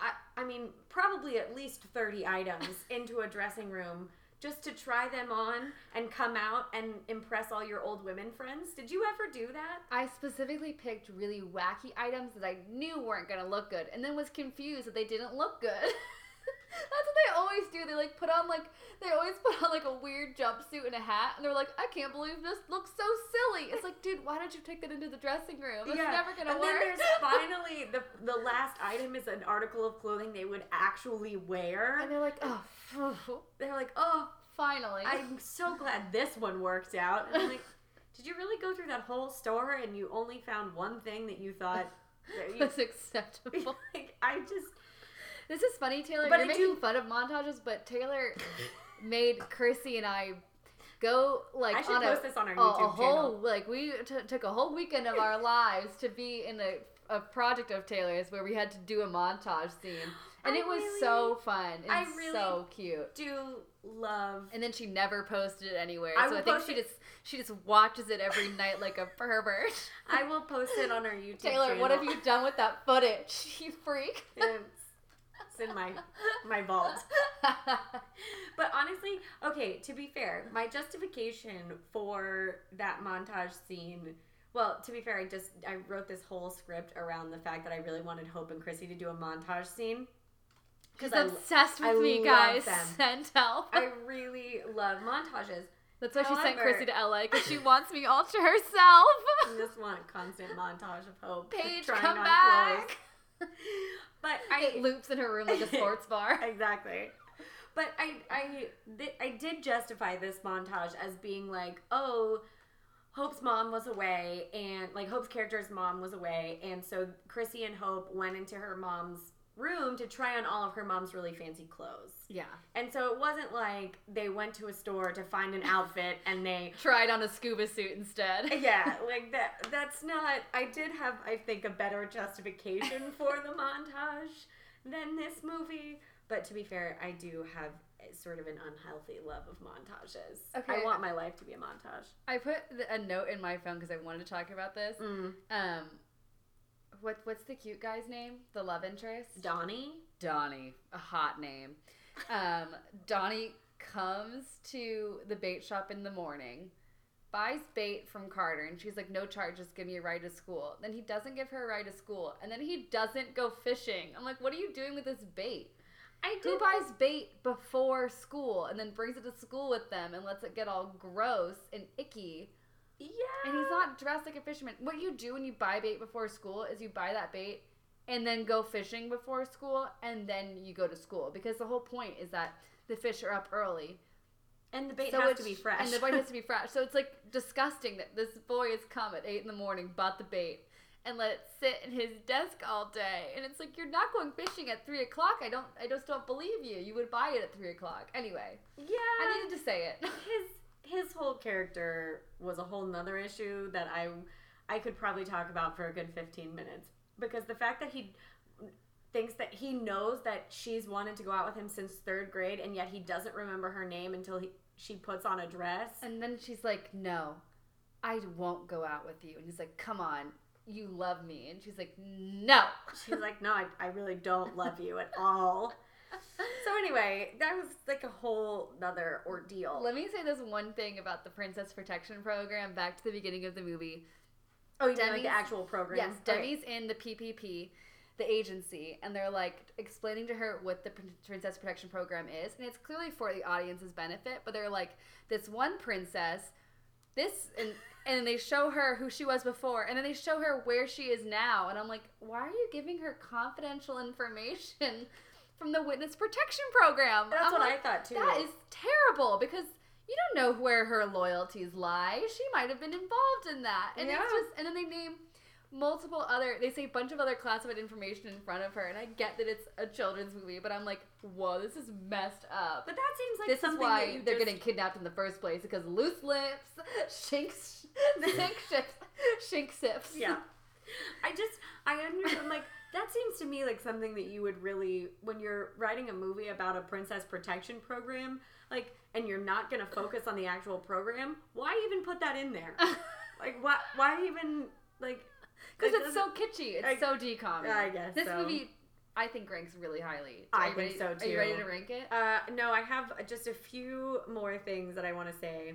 Speaker 2: I, I mean, probably at least 30 items into a dressing room just to try them on and come out and impress all your old women friends. Did you ever do that?
Speaker 1: I specifically picked really wacky items that I knew weren't gonna look good, and then was confused that they didn't look good. That's what they always do. They like put on like they always put on like a weird jumpsuit and a hat, and they're like, "I can't believe this looks so silly." It's like, dude, why did you take that into the dressing room? It's never gonna
Speaker 2: and
Speaker 1: work.
Speaker 2: then there's finally the the last item is an article of clothing they would actually wear.
Speaker 1: and they're like, "Oh, phew,
Speaker 2: They're like, "Oh,
Speaker 1: finally."
Speaker 2: I'm so glad this one worked out. And I'm like, did you really go through that whole store and you only found one thing that you thought that you
Speaker 1: That's acceptable.
Speaker 2: like I just
Speaker 1: This is funny, Taylor.
Speaker 2: But
Speaker 1: You're
Speaker 2: I
Speaker 1: making
Speaker 2: do-
Speaker 1: fun of montages, but Taylor made Chrissy and I go like
Speaker 2: I should
Speaker 1: on a,
Speaker 2: post this on our
Speaker 1: a- a
Speaker 2: YouTube
Speaker 1: whole
Speaker 2: channel.
Speaker 1: like we t- took a whole weekend of our lives to be in a, a project of Taylor's where we had to do a montage scene, and
Speaker 2: I
Speaker 1: it was
Speaker 2: really-
Speaker 1: so fun and
Speaker 2: I really-
Speaker 1: so cute.
Speaker 2: do love
Speaker 1: And then she never posted it anywhere,
Speaker 2: I
Speaker 1: so
Speaker 2: will
Speaker 1: I think
Speaker 2: post
Speaker 1: she
Speaker 2: it-
Speaker 1: just she just watches it every night like a pervert.
Speaker 2: I will post it on our YouTube
Speaker 1: Taylor, what have
Speaker 2: channel.
Speaker 1: you done with that footage? You freak.
Speaker 2: it's, it's in my my vault. But honestly, okay, to be fair, my justification for that montage scene well, to be fair, I just I wrote this whole script around the fact that I really wanted Hope and Chrissy to do a montage scene.
Speaker 1: Because
Speaker 2: I-
Speaker 1: I'm obsessed with
Speaker 2: I
Speaker 1: me,
Speaker 2: love
Speaker 1: guys.
Speaker 2: them.
Speaker 1: Send help.
Speaker 2: I really love montages.
Speaker 1: That's why she sent
Speaker 2: However-
Speaker 1: Chrissy to LA because she wants me all to herself.
Speaker 2: I just want a constant montage of hope.
Speaker 1: Paige,
Speaker 2: trying
Speaker 1: come
Speaker 2: on
Speaker 1: back.
Speaker 2: clothes. But
Speaker 1: It
Speaker 2: I
Speaker 1: loops in her room like a sports bar.
Speaker 2: exactly. But I I th- I did justify this montage as being like, oh, Hope's mom was away, and like Hope's character's mom was away, and so Chrissy and Hope went into her mom's room to try on all of her mom's really fancy clothes.
Speaker 1: Yeah.
Speaker 2: And so it wasn't like they went to a store to find an outfit and they
Speaker 1: Tried on a scuba suit instead.
Speaker 2: yeah, like that. That's not. I did have, I think, a better justification for the montage than this movie. But to be fair, I do have a- sort of an unhealthy love of montages.
Speaker 1: Okay.
Speaker 2: I want my life to be a montage.
Speaker 1: I put th- a note in my phone because I wanted to talk about this. Um, what what's the cute guy's name? The love interest?
Speaker 2: Donnie.
Speaker 1: Donnie, a hot name. Um, Donnie comes to the bait shop in the morning, buys bait from Carter, and she's like, No charges, give me a ride to school. Then he doesn't give her a ride to school, and then he doesn't go fishing. I'm like, What are you doing with this bait?
Speaker 2: I
Speaker 1: Who buys bait before school and then brings it to school with them and lets it get all gross and icky?
Speaker 2: Yeah.
Speaker 1: And he's not dressed like a fisherman. What you do when you buy bait before school is you buy that bait and then go fishing before school and then you go to school because the whole point is that the fish are up early.
Speaker 2: And the bait
Speaker 1: So
Speaker 2: has
Speaker 1: it's-
Speaker 2: to be fresh.
Speaker 1: And the bait has to be fresh. So it's like disgusting that this boy has come at 8 in the morning, bought the bait, and let it sit in his desk all day. And it's like, you're not going fishing at 3 o'clock. I don't, I just don't believe you. You would buy it at 3 o'clock. Anyway,
Speaker 2: yeah.
Speaker 1: I
Speaker 2: Uh,
Speaker 1: needed to say it.
Speaker 2: his his whole character was a whole nother issue that I I could probably talk about for a good fifteen minutes because the fact that he thinks that he knows that she's wanted to go out with him since third grade and yet he doesn't remember her name until he she puts on a dress.
Speaker 1: And then she's like, No, I won't go out with you. And he's like, Come on, you love me. And she's like, No.
Speaker 2: She's like, no, I, I really don't love you at all. So anyway, that was like a whole nother ordeal.
Speaker 1: Let me say this one thing about the Princess Protection Program back to the beginning of the movie.
Speaker 2: oh, you mean like
Speaker 1: Demi's-
Speaker 2: the actual program?
Speaker 1: Yes,
Speaker 2: Okay.
Speaker 1: Demi's in the PPP. the agency and they're like explaining to her what the pr- princess protection program is and it's clearly for the audience's benefit but they're like this one princess this and and they show her who she was before and then they show her where she is now and i'm like why are you giving her confidential information from the witness protection program
Speaker 2: That's
Speaker 1: I'm
Speaker 2: what
Speaker 1: like,
Speaker 2: I thought too.
Speaker 1: Oh that is terrible because you don't know where her loyalties lie. She might have been involved in that. And
Speaker 2: Yeah.
Speaker 1: it's just and then they name multiple other they say a bunch of other classified information in front of her and I get that it's a children's movie, but I'm like, whoa, this is messed up.
Speaker 2: but that seems like
Speaker 1: this is
Speaker 2: something
Speaker 1: why
Speaker 2: that you
Speaker 1: they're
Speaker 2: just-
Speaker 1: getting kidnapped in the first place because loose lips, shinks, shink ships, shink sips.
Speaker 2: Yeah. I just I understand like that seems to me like something that you would really when you're writing a movie about a princess protection program, like and you're not gonna focus on the actual program, why even put that in there? like why why even like
Speaker 1: Because
Speaker 2: it
Speaker 1: it's so
Speaker 2: doesn't-
Speaker 1: kitschy. It's
Speaker 2: I-
Speaker 1: so decom.
Speaker 2: I guess
Speaker 1: this
Speaker 2: so.
Speaker 1: movie, I think, ranks really highly.
Speaker 2: I
Speaker 1: Are you
Speaker 2: think
Speaker 1: ready-
Speaker 2: so,
Speaker 1: Are you ready
Speaker 2: too.
Speaker 1: to rank it?
Speaker 2: Uh, no, I have just a few more things that I want to say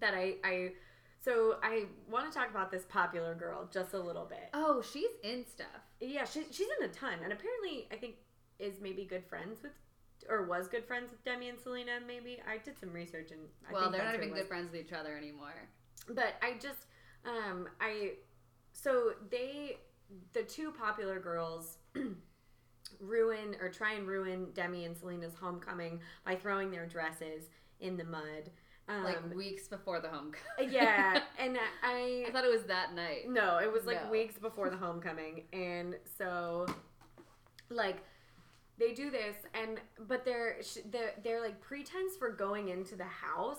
Speaker 2: that I, I so I want to talk about this popular girl just a little bit.
Speaker 1: Oh, she's in stuff.
Speaker 2: Yeah, she, she's in a ton, and apparently I think is maybe good friends with or was good friends with Demi and Selena. Maybe I did some research and I
Speaker 1: well,
Speaker 2: think
Speaker 1: they're not
Speaker 2: that's who
Speaker 1: even
Speaker 2: it was.
Speaker 1: good friends with each other anymore.
Speaker 2: But I just um I so they the two popular girls ruin or try and ruin Demi and Selena's homecoming by throwing their dresses in the mud. Um,
Speaker 1: Like weeks before the homecoming.
Speaker 2: yeah, and I
Speaker 1: I thought it was that night.
Speaker 2: No, it was like
Speaker 1: No.
Speaker 2: weeks before the homecoming. And so like they do this and but their sh- their their like pretense for going into the house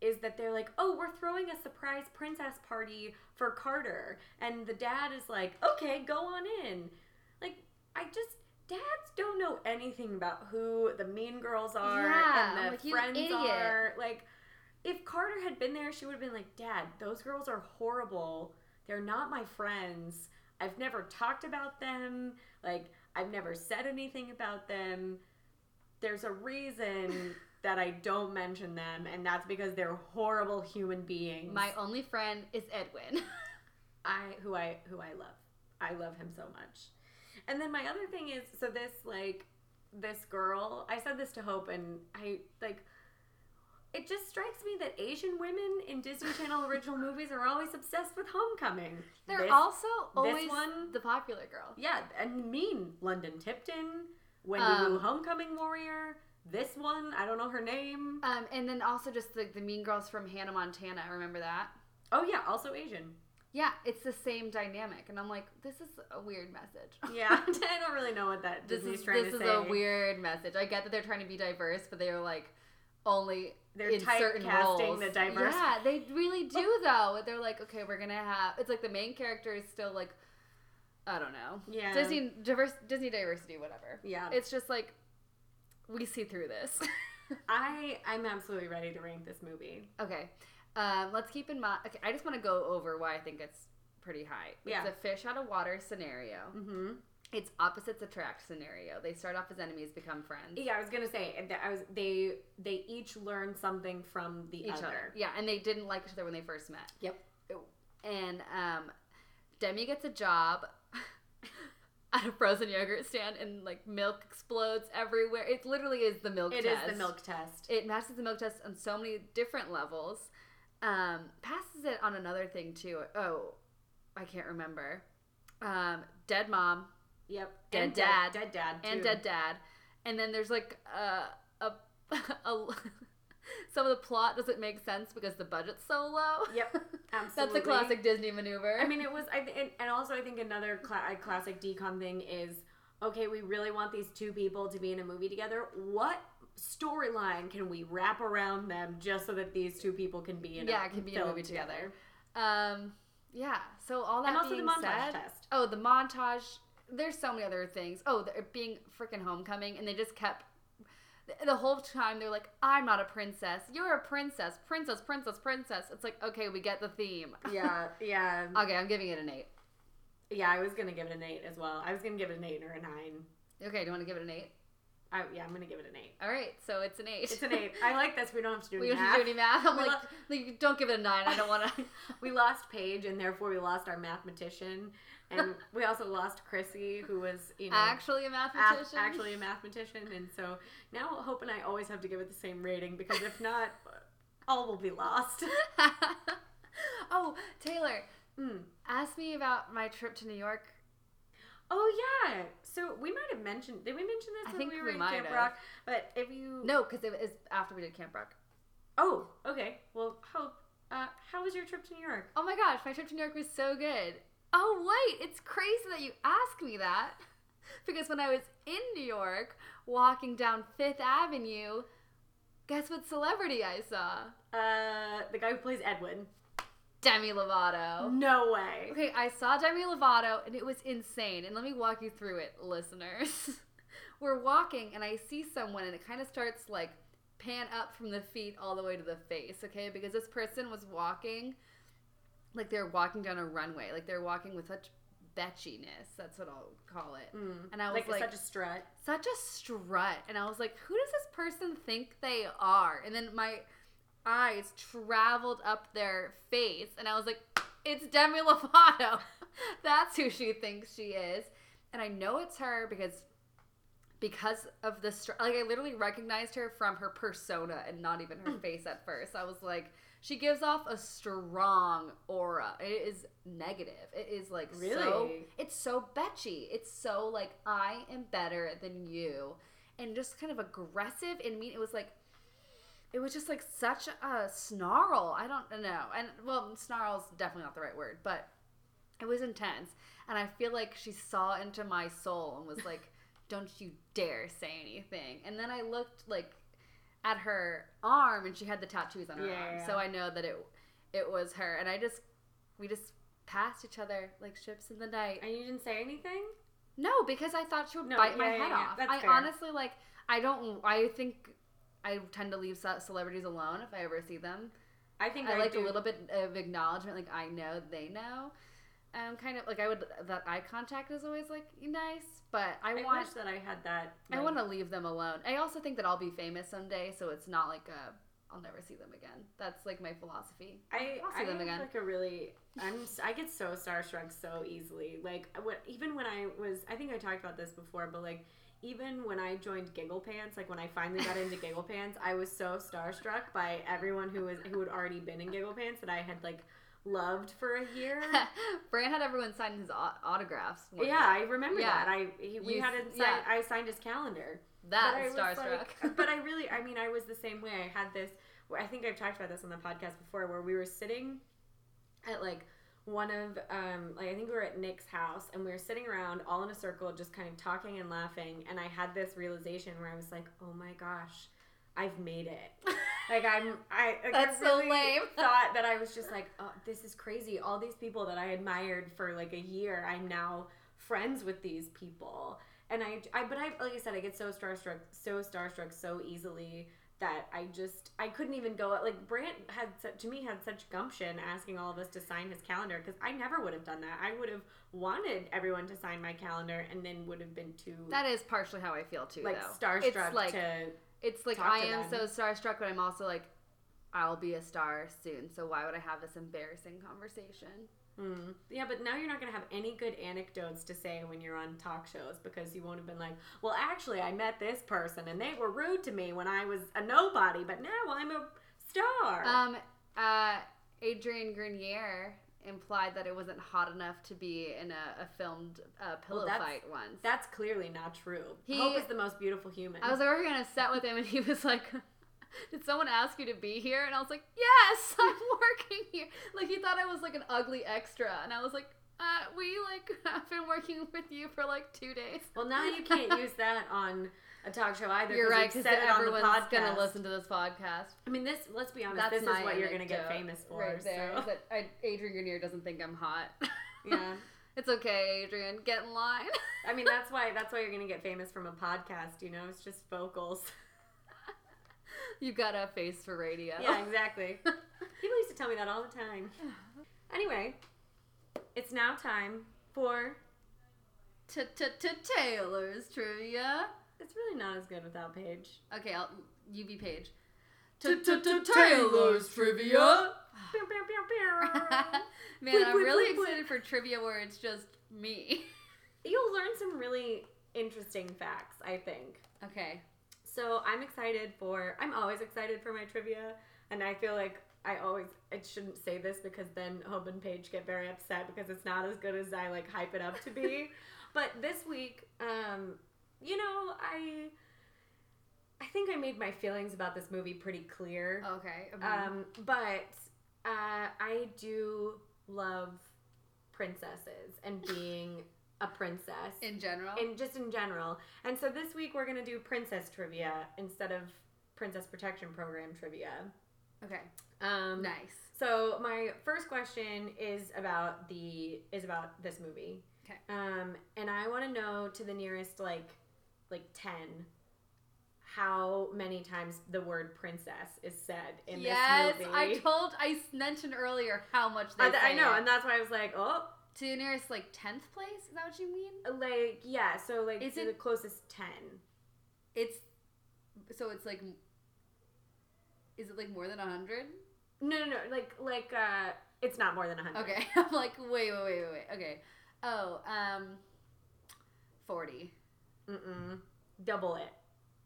Speaker 2: is that they're like, "Oh, we're throwing a surprise princess party for Carter." And the dad is like, "Okay, go on in." Like I just dads don't know anything about who the mean girls are
Speaker 1: Yeah, I'm
Speaker 2: and the
Speaker 1: like, "You
Speaker 2: friends
Speaker 1: idiot."
Speaker 2: are. Like if Carter had been there, she would have been like, "Dad, those girls are horrible. They're not my friends. I've never talked about them. Like, I've never said anything about them. There's a reason that I don't mention them, and that's because they're horrible human beings.
Speaker 1: My only friend is Edwin.
Speaker 2: I who I who I love. I love him so much. And then my other thing is so this like this girl, I said this to Hope and I like it just strikes me that Asian women in Disney Channel original movies are always obsessed with homecoming.
Speaker 1: They're
Speaker 2: This-
Speaker 1: also always
Speaker 2: one-
Speaker 1: the popular girl.
Speaker 2: Yeah, and mean London Tipton, Wendy Wu
Speaker 1: Um,
Speaker 2: Homecoming Warrior, this one, I don't know her name.
Speaker 1: Um, and then also just the, the mean girls from Hannah Montana. Remember that?
Speaker 2: oh yeah, also Asian.
Speaker 1: Yeah, it's the same dynamic. And I'm like, this is a weird message.
Speaker 2: Yeah, I don't really know what that
Speaker 1: This
Speaker 2: Disney's
Speaker 1: is
Speaker 2: trying
Speaker 1: this
Speaker 2: to
Speaker 1: is
Speaker 2: say.
Speaker 1: a weird message. I get that they're trying to be diverse, but they are like only
Speaker 2: They're
Speaker 1: in certain
Speaker 2: typecasting
Speaker 1: roles.
Speaker 2: the diverse
Speaker 1: Yeah, they really do though. They're like, okay, we're gonna have. It's like the main character is still like, I don't know,
Speaker 2: Yeah.
Speaker 1: Disney diverse, Disney diversity, whatever.
Speaker 2: Yeah.
Speaker 1: It's just like we see through this.
Speaker 2: I I'm absolutely ready to rank this movie.
Speaker 1: okay, um, let's keep in mind. Okay, I just want to go over why I think it's pretty high. It's
Speaker 2: Yeah.
Speaker 1: a fish out of water scenario.
Speaker 2: Mm-hmm.
Speaker 1: It's opposites attract scenario. They start off as enemies, become friends.
Speaker 2: Yeah, I was gonna say and that I was they they each learn something from the
Speaker 1: each
Speaker 2: other.
Speaker 1: other. Yeah, and they didn't like each other when they first met.
Speaker 2: Yep.
Speaker 1: And um, Demi gets a job at a frozen yogurt stand, and like milk explodes everywhere. It literally is the milk
Speaker 2: It is
Speaker 1: test.
Speaker 2: the milk test.
Speaker 1: It matches the milk test on so many different levels. Um, passes it on another thing too. Oh, I can't remember. Um, dead mom
Speaker 2: Yep.
Speaker 1: Dead
Speaker 2: and
Speaker 1: dad.
Speaker 2: Dead dad.
Speaker 1: and
Speaker 2: too.
Speaker 1: dead dad, and then there's like a a. a some of the plot doesn't make sense because the budget's so low.
Speaker 2: Yep.
Speaker 1: That's
Speaker 2: Absolutely.
Speaker 1: a classic Disney maneuver.
Speaker 2: I mean, it was. I th- and, and also I think another cla- a classic decon thing is okay. We really want these two people to be in a movie together. What storyline can we wrap around them just so that these two people can be in
Speaker 1: yeah,
Speaker 2: a
Speaker 1: it can be in a
Speaker 2: film
Speaker 1: movie together. Um, yeah. So all that
Speaker 2: And also the
Speaker 1: being
Speaker 2: montage
Speaker 1: said,
Speaker 2: test.
Speaker 1: oh, the montage. There's so many other things. Oh, the, it being freaking homecoming, and they just kept the- the whole time they're like, "I'm not a princess. You're a princess. Princess. Princess. Princess." It's like, okay, we get the theme.
Speaker 2: Yeah, yeah,
Speaker 1: okay, I'm giving it an eight.
Speaker 2: yeah. I was gonna give it an eight as well. I was gonna give it an eight or a nine.
Speaker 1: Okay, do you want to give it an eight?
Speaker 2: I, yeah, I'm gonna give it an eight.
Speaker 1: All right, so it's an eight.
Speaker 2: It's an eight. I like this. We don't have to do
Speaker 1: we
Speaker 2: any
Speaker 1: don't have to do
Speaker 2: math.
Speaker 1: any math. I'm
Speaker 2: We
Speaker 1: like, like, don't give it a nine. I don't want to.
Speaker 2: We lost Paige, and therefore we lost our mathematician, and we also lost Chrissy, who was you know
Speaker 1: actually, a
Speaker 2: a-
Speaker 1: mathematician.
Speaker 2: actually a mathematician, and so now Hope and I always have to give it the same rating because if not, all will be lost.
Speaker 1: oh, Taylor,
Speaker 2: Hmm.
Speaker 1: ask me about my trip to New York.
Speaker 2: Oh yeah. So we might have mentioned. Did we mention this
Speaker 1: I
Speaker 2: when
Speaker 1: think
Speaker 2: we
Speaker 1: we
Speaker 2: were in
Speaker 1: might
Speaker 2: Camp
Speaker 1: have.
Speaker 2: Rock? But if you
Speaker 1: No, because it was after we did Camp Rock.
Speaker 2: Oh, okay. Well, Hope, uh, how was your trip to New York?
Speaker 1: Oh my gosh, my trip to New York was so good. Oh wait, it's crazy that you ask me that. Because when I was in New York, walking down Fifth Avenue, guess what celebrity I saw?
Speaker 2: Uh, the guy who plays Edwin.
Speaker 1: Demi Lovato.
Speaker 2: No way.
Speaker 1: Oh. Okay, I saw Demi Lovato and it was insane. And let me walk you through it, listeners. We're walking and I see someone and it kind of starts like pan up from the feet all the way to the face, okay? Because this person was walking like they're walking down a runway, like they're walking with such betchiness. That's what I'll call it.
Speaker 2: Mm.
Speaker 1: And I was
Speaker 2: Like,
Speaker 1: like,
Speaker 2: such a strut.
Speaker 1: such a strut. And I was like, who does this person think they are? And then my eyes traveled up their face and I was like, it's Demi Lovato. That's who she thinks she is. And I know it's her because because of the str- like I literally recognized her from her persona and not even her face at first. I was like, she gives off a strong aura. It is negative. It is like so
Speaker 2: Really?
Speaker 1: it's so betchy. It's so like I am better than you, and just kind of aggressive and mean. It was like, it was just like such a snarl. I don't know, and well, snarl's definitely not the right word, but it was intense. And I feel like she saw into my soul and was like, "Don't you dare say anything." And then I looked like at her arm, and she had the tattoos on her
Speaker 2: Yeah,
Speaker 1: arm,
Speaker 2: yeah,
Speaker 1: so
Speaker 2: yeah.
Speaker 1: I know that it it was her. And I just we just passed each other like ships in the night.
Speaker 2: And you didn't say anything?
Speaker 1: No, because I thought she would
Speaker 2: No,
Speaker 1: bite my
Speaker 2: yeah, yeah,
Speaker 1: head
Speaker 2: yeah.
Speaker 1: off.
Speaker 2: That's
Speaker 1: I
Speaker 2: fair.
Speaker 1: honestly like. I don't. I think I tend to leave ce- celebrities alone if I ever see them.
Speaker 2: I think I,
Speaker 1: I like
Speaker 2: do.
Speaker 1: a little bit of acknowledgement, like I know they know. Um, kind of like I would. That eye contact is always like nice, but I,
Speaker 2: I
Speaker 1: want.
Speaker 2: wish that I had that.
Speaker 1: I
Speaker 2: like-
Speaker 1: want to leave them alone. I also think that I'll be famous someday, so it's not like a. I'll never see them again. That's like my philosophy.
Speaker 2: I,
Speaker 1: I'll see
Speaker 2: I
Speaker 1: them
Speaker 2: have
Speaker 1: again.
Speaker 2: like a really I'm s- I get so starstruck so easily. Like what even when I was I think I talked about this before, but like even when I joined Giggle Pants, like when I finally got into Giggle Pants, I was so starstruck by everyone who was who had already been in Giggle Pants that I had like loved for a year.
Speaker 1: Bran had everyone sign his au- autographs. one
Speaker 2: yeah, I remember
Speaker 1: Yeah.
Speaker 2: that. I he, we
Speaker 1: You
Speaker 2: had
Speaker 1: s-
Speaker 2: it signed,
Speaker 1: yeah.
Speaker 2: I signed his calendar.
Speaker 1: day. that
Speaker 2: I was
Speaker 1: starstruck.
Speaker 2: like- um, but I really, I mean, I was the same way. I had this. I think I've talked about this on the podcast before, where we were sitting at like one of, um, like I think we were at Nick's house, and we were sitting around all in a circle, just kind of talking and laughing. And I had this realization where I was like, "Oh my gosh, I've made it." Like I'm, I like
Speaker 1: That's
Speaker 2: I
Speaker 1: so
Speaker 2: really
Speaker 1: lame.
Speaker 2: thought that I was just like, oh, this is crazy. All these people that I admired for like a year, I'm now friends with these people, and I, I but I like I said, I get so starstruck, so starstruck, so easily that I just I couldn't even go out. Like Brant had su- to me had such gumption asking all of us to sign his calendar because I never would have done that. I would have wanted everyone to sign my calendar and then would have been too
Speaker 1: That is partially how I feel too,
Speaker 2: like
Speaker 1: though.
Speaker 2: starstruck
Speaker 1: It's like
Speaker 2: to
Speaker 1: it's like
Speaker 2: talk
Speaker 1: I
Speaker 2: to
Speaker 1: am so
Speaker 2: them.
Speaker 1: starstruck, but I'm also like, I'll be a star soon. So why would I have this embarrassing conversation?
Speaker 2: Mm. Yeah, but now you're not going to have any good anecdotes to say when you're on talk shows because you won't have been like, well, actually, I met this person and they were rude to me when I was a nobody, but now I'm a star.
Speaker 1: Um, uh, Adrian Grenier implied that it wasn't hot enough to be in a, a filmed uh, pillow
Speaker 2: that's-
Speaker 1: fight once.
Speaker 2: That's clearly not true.
Speaker 1: He-
Speaker 2: Hope is the most beautiful human.
Speaker 1: I was already on a set with him, and he was like, "Did someone ask you to be here?" And I was like, "Yes, I'm working here." Like he thought I was like an ugly extra, and I was like, uh, "We like have been working with you for like two days."
Speaker 2: well, now you can't use that on a talk show either.
Speaker 1: You're right, because
Speaker 2: you've said it on the
Speaker 1: everyone's
Speaker 2: podcast.
Speaker 1: gonna listen to this podcast.
Speaker 2: I mean, this. Let's be honest.
Speaker 1: That's
Speaker 2: this is
Speaker 1: my
Speaker 2: what you're going to get
Speaker 1: anecdote
Speaker 2: famous for.
Speaker 1: right there.
Speaker 2: so-
Speaker 1: is that I, Adrian Grenier doesn't think I'm hot.
Speaker 2: yeah.
Speaker 1: it's okay, Adrian. Get in line.
Speaker 2: I mean, that's why. That's why you're going to get famous from a podcast. You know, it's just vocals.
Speaker 1: you got a face for radio.
Speaker 2: Yeah, exactly. People used to tell me that all the time. Anyway, it's now time for
Speaker 1: T-t-t- Taylor's trivia.
Speaker 2: It's really not as good without Paige.
Speaker 1: Okay, I'll, you be Paige.
Speaker 2: Taylor's
Speaker 3: trivia.
Speaker 2: Pew, pew, pew, pew.
Speaker 1: Man, I'm
Speaker 2: Wait, wait,
Speaker 1: really
Speaker 2: wait, wait.
Speaker 1: excited for trivia where it's just me.
Speaker 2: You'll learn some really interesting facts, I think.
Speaker 1: Okay.
Speaker 2: So I'm excited for. I'm always excited for my trivia, and I feel like I always. I shouldn't say this because then Hope and Paige get very upset because it's not as good as I like hype it up to be. but this week, um, you know, I. I think I made my feelings about this movie pretty clear.
Speaker 1: Okay. Um,
Speaker 2: Um, but uh, I do love princesses and being a princess
Speaker 1: in general.
Speaker 2: and just in general. And so this week we're gonna do princess trivia instead of princess protection program trivia.
Speaker 1: okay.
Speaker 2: Um,
Speaker 1: Nice.
Speaker 2: So my first question is about the is about this movie.
Speaker 1: Okay.
Speaker 2: Um, and I want to know to the nearest like like ten how many times the word princess is said in
Speaker 1: yes,
Speaker 2: this movie.
Speaker 1: I told I s- mentioned earlier how much they
Speaker 2: I,
Speaker 1: say
Speaker 2: I know,
Speaker 1: it.
Speaker 2: and that's why I was like, oh,
Speaker 1: to the nearest like tenth place. Is that what you mean?
Speaker 2: like yeah. So like
Speaker 1: Is
Speaker 2: to
Speaker 1: it-
Speaker 2: the closest ten.
Speaker 1: It's so it's like. Is it like more than hundred?
Speaker 2: No, no, no. Like like uh, it's not more than hundred.
Speaker 1: Okay, I'm like wait, wait, wait, wait, wait. Okay. Oh, um, forty.
Speaker 2: Mm-mm. Double it.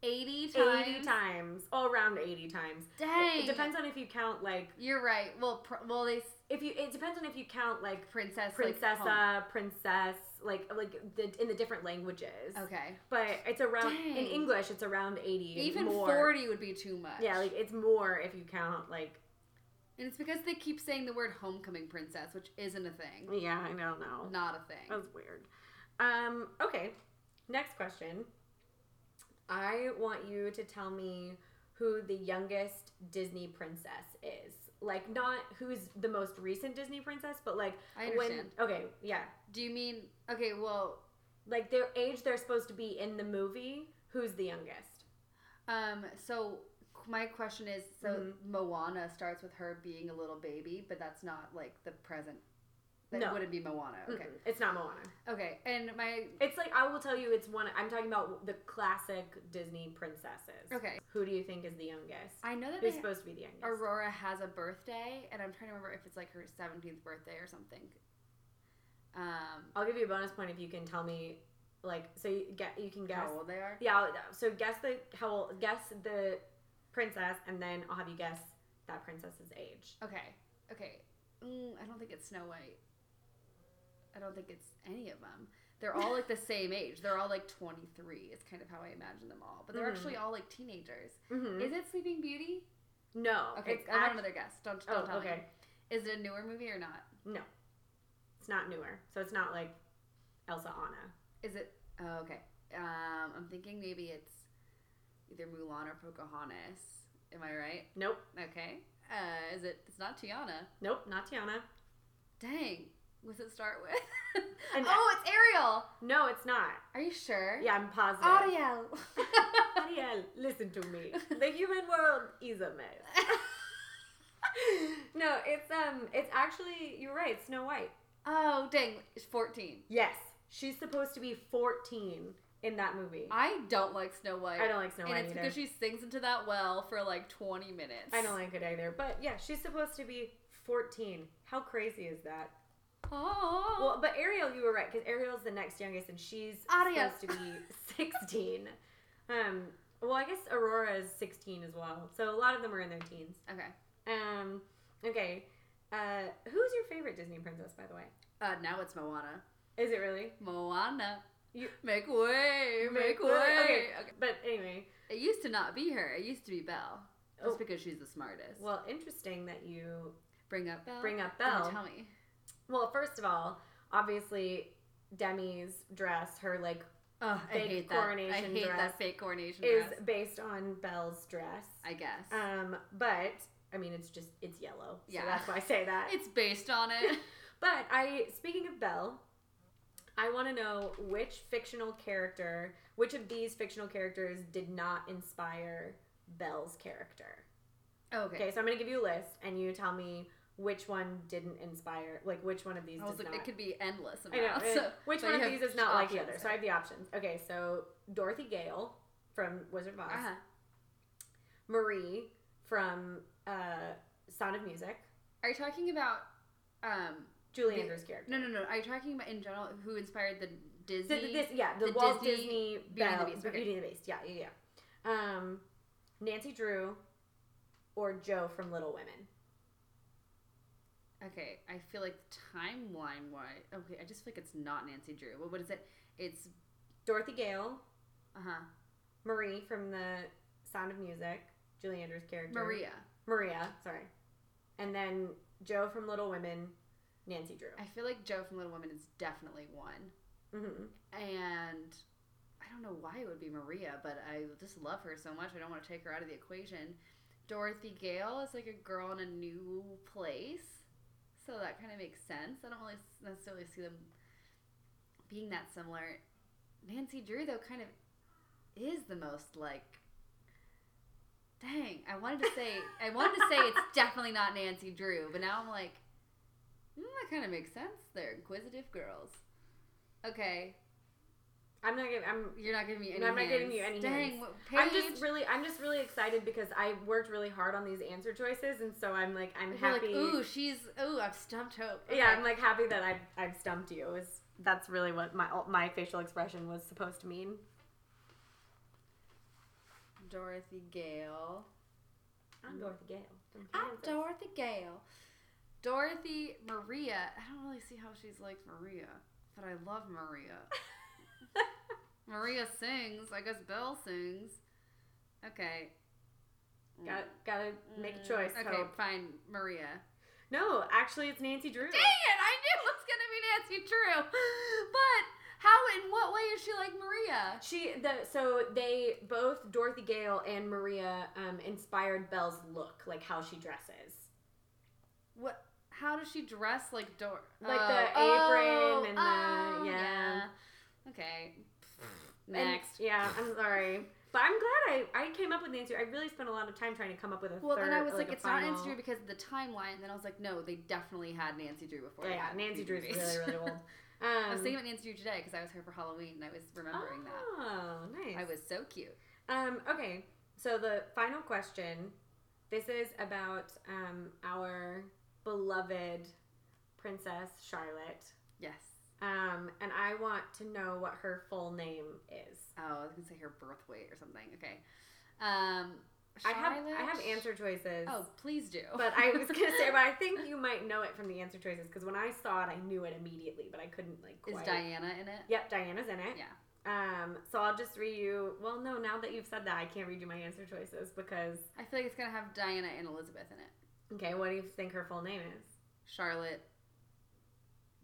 Speaker 1: 80 times.
Speaker 2: 80 times. All around 80 times.
Speaker 1: Dang.
Speaker 2: It depends on if you count like
Speaker 1: You're right. Well, pr- well, they s-
Speaker 2: if you it depends on if you count like
Speaker 1: princess, like,
Speaker 2: princessa,
Speaker 1: home.
Speaker 2: princess, like like the in the different languages.
Speaker 1: okay.
Speaker 2: But it's around in
Speaker 1: Dang.
Speaker 2: English it's around 80 and
Speaker 1: Even
Speaker 2: more.
Speaker 1: forty would be too much.
Speaker 2: Yeah, like it's more if you count like
Speaker 1: and it's because they keep saying the word homecoming princess, which isn't a thing.
Speaker 2: yeah, I don't know.
Speaker 1: Not a thing.
Speaker 2: That was weird. Um, okay. Next question. I want you to tell me who the youngest Disney princess is. Like not who's the most recent Disney princess, but like
Speaker 1: I understand.
Speaker 2: when okay, yeah.
Speaker 1: Do you mean okay? Well,
Speaker 2: Like their age they're supposed to be in the movie, who's the youngest?
Speaker 1: um, so my question is: so
Speaker 2: Mhm.
Speaker 1: Moana starts with her being a little baby, but that's not like the present. That
Speaker 2: No.
Speaker 1: wouldn't be Moana. Okay.
Speaker 2: Mm-mm, It's not Moana.
Speaker 1: Okay. And my
Speaker 2: It's like I will tell you it's one I'm talking about the classic Disney princesses.
Speaker 1: okay.
Speaker 2: Who do you think is the youngest?
Speaker 1: I know that
Speaker 2: Who's
Speaker 1: they
Speaker 2: supposed to be the youngest?
Speaker 1: Aurora has a birthday, and I'm trying to remember if it's like her 17th birthday or something. Um,
Speaker 2: I'll give you a bonus point if you can tell me, like, so you get you can guess.
Speaker 1: how old they are?
Speaker 2: Yeah. I'll- So guess the how old, guess the princess, and then I'll have you guess that princess's age.
Speaker 1: Okay, okay. Mm, I don't think it's Snow White. I don't think it's any of them. They're all like the same age. They're all like 23. Is kind of how I imagine them all, but they're
Speaker 2: Mhm.
Speaker 1: actually all like teenagers.
Speaker 2: Mm-hmm.
Speaker 1: Is it Sleeping Beauty?
Speaker 2: No.
Speaker 1: Okay,
Speaker 2: It's
Speaker 1: I want
Speaker 2: act-
Speaker 1: another guess. Don't don't
Speaker 2: oh,
Speaker 1: tell
Speaker 2: okay.
Speaker 1: me. Is it a newer movie or not?
Speaker 2: No, it's not newer. So it's not like Elsa Anna.
Speaker 1: Is it? Oh, okay. Um, I'm thinking maybe it's either Mulan or Pocahontas. Am I right?
Speaker 2: Nope.
Speaker 1: Okay. Uh, is it? It's not Tiana.
Speaker 2: Nope. Not Tiana.
Speaker 1: Dang. What's it start with?
Speaker 2: An-
Speaker 1: oh, it's Ariel.
Speaker 2: No, it's not.
Speaker 1: Are you sure?
Speaker 2: Yeah, I'm positive.
Speaker 1: Ariel.
Speaker 2: Ariel, listen to me. The human world is a mess. no, it's um, it's actually you're right. Snow White.
Speaker 1: oh, dang. It's 14.
Speaker 2: Yes, she's supposed to be 14 in that movie. I,
Speaker 1: I don't like Snow White.
Speaker 2: don't like Snow
Speaker 1: and
Speaker 2: White
Speaker 1: it's
Speaker 2: either.
Speaker 1: because she sings into that well for like 20 minutes.
Speaker 2: I don't like it either. But yeah, she's supposed to be 14. How crazy is that?
Speaker 1: Oh.
Speaker 2: Well, but Ariel, you were right because Ariel's the next youngest, and she's
Speaker 1: Ariel.
Speaker 2: supposed to be 16. um, well, I guess Aurora is 16 as well. So a lot of them are in their teens.
Speaker 1: okay.
Speaker 2: Um, okay. Uh, who's your favorite Disney princess, by the way?
Speaker 1: Uh, now it's Moana.
Speaker 2: Is it really?
Speaker 1: Moana.
Speaker 2: You-
Speaker 1: make way, make, way.
Speaker 2: Okay.
Speaker 1: Okay.
Speaker 2: But anyway,
Speaker 1: It used to not be her. It used to be Belle. Just
Speaker 2: Oh.
Speaker 1: because she's the smartest.
Speaker 2: well, interesting that you
Speaker 1: bring up Belle.
Speaker 2: bring up
Speaker 1: And then
Speaker 2: Belle.
Speaker 1: Tell me.
Speaker 2: Well, first of all, obviously Demi's dress, her like,
Speaker 1: Oh, I
Speaker 2: Fake
Speaker 1: hate that. I
Speaker 2: coronation
Speaker 1: hate
Speaker 2: dress
Speaker 1: that fake coronation
Speaker 2: is
Speaker 1: dress.
Speaker 2: based on Belle's dress.
Speaker 1: I guess
Speaker 2: Um, but I mean, it's just it's yellow, so
Speaker 1: Yeah.
Speaker 2: that's why I say that.
Speaker 1: it's based on it.
Speaker 2: but I, speaking of Belle, I want to know which fictional character, which of these fictional characters did not inspire Belle's character.
Speaker 1: okay.
Speaker 2: Okay, so I'm gonna give you a list, and you tell me which one didn't inspire, like which one of these
Speaker 1: I was
Speaker 2: did
Speaker 1: like,
Speaker 2: not.
Speaker 1: it could be endless
Speaker 2: I know.
Speaker 1: amounts.
Speaker 2: uh,
Speaker 1: So,
Speaker 2: Which
Speaker 1: so
Speaker 2: one
Speaker 1: you
Speaker 2: of
Speaker 1: have
Speaker 2: these is not like the
Speaker 1: options
Speaker 2: other? So I have the options. Okay, so Dorothy Gale, from Wizard of Oz,
Speaker 1: Uh-huh.
Speaker 2: Marie from uh, Sound of Music,
Speaker 1: Are you talking about? Um,
Speaker 2: Julie
Speaker 1: The-
Speaker 2: Andrews' character.
Speaker 1: no, no, no. Are you talking about in general who inspired the
Speaker 2: So
Speaker 1: Disney?
Speaker 2: th- this, yeah, the,
Speaker 1: the
Speaker 2: Walt
Speaker 1: Disney
Speaker 2: Disney,
Speaker 1: Beauty and the
Speaker 2: Belle-
Speaker 1: Beast, okay.
Speaker 2: Beauty and the Beast. Yeah, yeah, yeah. Um, Nancy Drew or Joe from Little Women.
Speaker 1: Okay, I feel like timeline wise. Okay, I just feel like it's not Nancy Drew. Well, what is it? It's
Speaker 2: Dorothy Gale,
Speaker 1: uh huh
Speaker 2: Marie from the Sound of Music, Julie Andrews' character.
Speaker 1: Maria.
Speaker 2: Maria, sorry. And then Joe from Little Women, Nancy Drew.
Speaker 1: I feel like Joe from Little Women is definitely one,
Speaker 2: hmm
Speaker 1: and I don't know why it would be Maria, but I just love her so much. I don't want to take her out of the equation. Dorothy Gale is like a girl in a new place, so that kind of makes sense. I don't really s- necessarily see them being that similar. Nancy Drew though kind of is the most like. Dang, I wanted to say I wanted to say it's definitely not Nancy Drew, but now I'm like, mm, that kind of makes sense. They're inquisitive girls. Okay,
Speaker 2: I'm not gonna. I'm.
Speaker 1: you're not giving me any.
Speaker 2: No, I'm not giving
Speaker 1: hints.
Speaker 2: you any
Speaker 1: Dang,
Speaker 2: hints.
Speaker 1: what page?
Speaker 2: I'm just really. I'm just really excited because I worked really hard on these answer choices, and so I'm like. I'm
Speaker 1: You're
Speaker 2: happy.
Speaker 1: Like, ooh, she's ooh, I've stumped hope.
Speaker 2: Yeah, I'm like happy that I've, I've stumped you. Is that's really what my my facial expression was supposed to mean?
Speaker 1: Dorothy Gale.
Speaker 2: I'm Dorothy Gale.
Speaker 1: I'm Dorothy Gale. Dorothy Maria. I don't really see how she's like Maria, but I love Maria. Maria sings. I guess Belle sings. Okay. Mm,
Speaker 2: Got gotta make a choice.
Speaker 1: Okay,
Speaker 2: Hope.
Speaker 1: fine. Maria.
Speaker 2: No, actually, it's Nancy Drew.
Speaker 1: Dang it! I knew it was gonna be Nancy Drew, but how? In what way is she like Maria?
Speaker 2: She the so they both Dorothy Gale and Maria um, inspired Belle's look, like how she dresses,
Speaker 1: What? How does she dress like Dor? oh,
Speaker 2: Like the apron and the- yeah.
Speaker 1: Okay.
Speaker 2: And-
Speaker 1: Next.
Speaker 2: yeah, I'm sorry, but I'm glad I, I came up with Nancy. I really spent a lot of time trying to come up with a
Speaker 1: well,
Speaker 2: third.
Speaker 1: then I was like,
Speaker 2: a
Speaker 1: it's not
Speaker 2: final-
Speaker 1: Nancy Drew because of the timeline. Then I was like, no, they definitely had Nancy Drew before.
Speaker 2: Yeah,
Speaker 1: they
Speaker 2: yeah,
Speaker 1: had
Speaker 2: Nancy
Speaker 1: Beauty and
Speaker 2: Drew's
Speaker 1: the
Speaker 2: really
Speaker 1: Beast.
Speaker 2: really old. Um,
Speaker 1: I was thinking about Nancy Drew today because I was here for Halloween and I was remembering
Speaker 2: Oh, nice.
Speaker 1: that. I was so cute.
Speaker 2: Um, okay, so the final question. This is about um, our beloved Princess Charlotte.
Speaker 1: Yes.
Speaker 2: Um, and I want to know what her full name is.
Speaker 1: Oh, I was gonna say her birth weight or something. Okay. Um,
Speaker 2: I have I
Speaker 1: Charlotte-
Speaker 2: have answer choices.
Speaker 1: Oh, please do.
Speaker 2: But I was gonna say, but I think you might know it from the answer choices because when I saw it, I knew it immediately, but I couldn't like.
Speaker 1: is
Speaker 2: Quite.
Speaker 1: Diana in it?
Speaker 2: Yep, Diana's in it.
Speaker 1: Yeah.
Speaker 2: Um, so I'll just read you. Well, no, now that you've said that, I can't read you my answer choices because.
Speaker 1: I feel like it's gonna have Diana and Elizabeth in it.
Speaker 2: Okay, what do you think her full name is?
Speaker 1: Charlotte,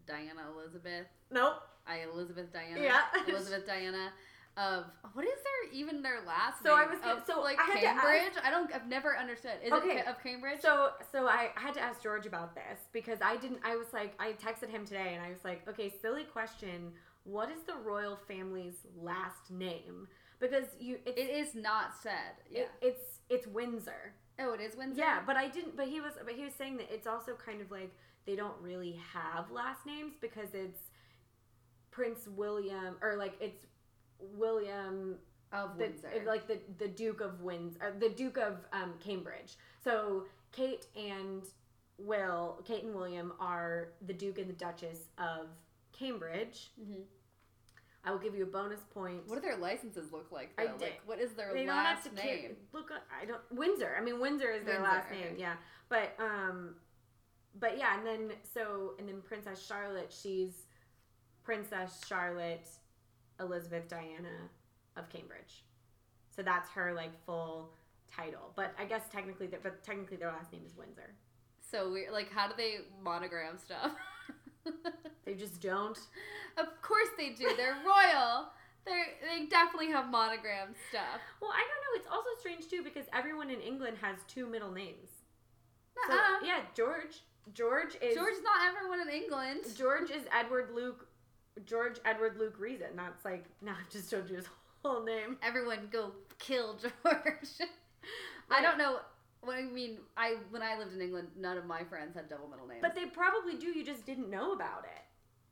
Speaker 1: Diana Elizabeth,
Speaker 2: Nope.
Speaker 1: I Elizabeth Diana,
Speaker 2: Yeah.
Speaker 1: Elizabeth Diana of what is their even their last
Speaker 2: So I
Speaker 1: name?
Speaker 2: was gonna-
Speaker 1: Of,
Speaker 2: so
Speaker 1: like
Speaker 2: I had to ask-
Speaker 1: Cambridge. I don't. I've never understood. Is
Speaker 2: Okay.
Speaker 1: it Ca- of Cambridge?
Speaker 2: So so I had to ask George about this because I didn't I was like I texted him today and I was like, "Okay, silly question. What is the royal family's last name?" Because you it's
Speaker 1: it is not said. Yeah.
Speaker 2: it- it's it's Windsor.
Speaker 1: oh, it is Windsor.
Speaker 2: Yeah, but I didn't but he was but he was saying that it's also kind of like they don't really have last names because it's Prince William or like it's William
Speaker 1: of
Speaker 2: the,
Speaker 1: Windsor.
Speaker 2: like the the Duke of Windsor, the Duke of um, Cambridge. So Kate and Will, Kate and William are the Duke and the Duchess of Cambridge.
Speaker 1: Mhm.
Speaker 2: I will give you a bonus point.
Speaker 1: What do their licenses look like? Though?
Speaker 2: I did-
Speaker 1: Like, what is their
Speaker 2: they
Speaker 1: last
Speaker 2: don't have to
Speaker 1: name?
Speaker 2: ca- look. up- I don't Windsor. I mean Windsor is their
Speaker 1: Windsor,
Speaker 2: last name.
Speaker 1: okay.
Speaker 2: Yeah, but um, but yeah, and then so and then Princess Charlotte. She's Princess Charlotte Elizabeth Diana of Cambridge. So that's her like full title. But I guess technically, that but technically their last name is Windsor.
Speaker 1: So weird. Like, how do they monogram stuff?
Speaker 2: They just don't.
Speaker 1: of course they do. They're royal. They they definitely have monogram stuff.
Speaker 2: Well, I don't know. It's also strange too because everyone in England has two middle names. So,
Speaker 1: Nuh-uh.
Speaker 2: yeah, George. Uh-huh. George is
Speaker 1: George is not everyone in England.
Speaker 2: George is Edward Luke. George Edward Luke Reason. That's like no, I just told you his whole name.
Speaker 1: Everyone go kill George. I don't know what I mean. I when I lived in England, none of my friends had double middle names.
Speaker 2: But they probably do. You just didn't know about it.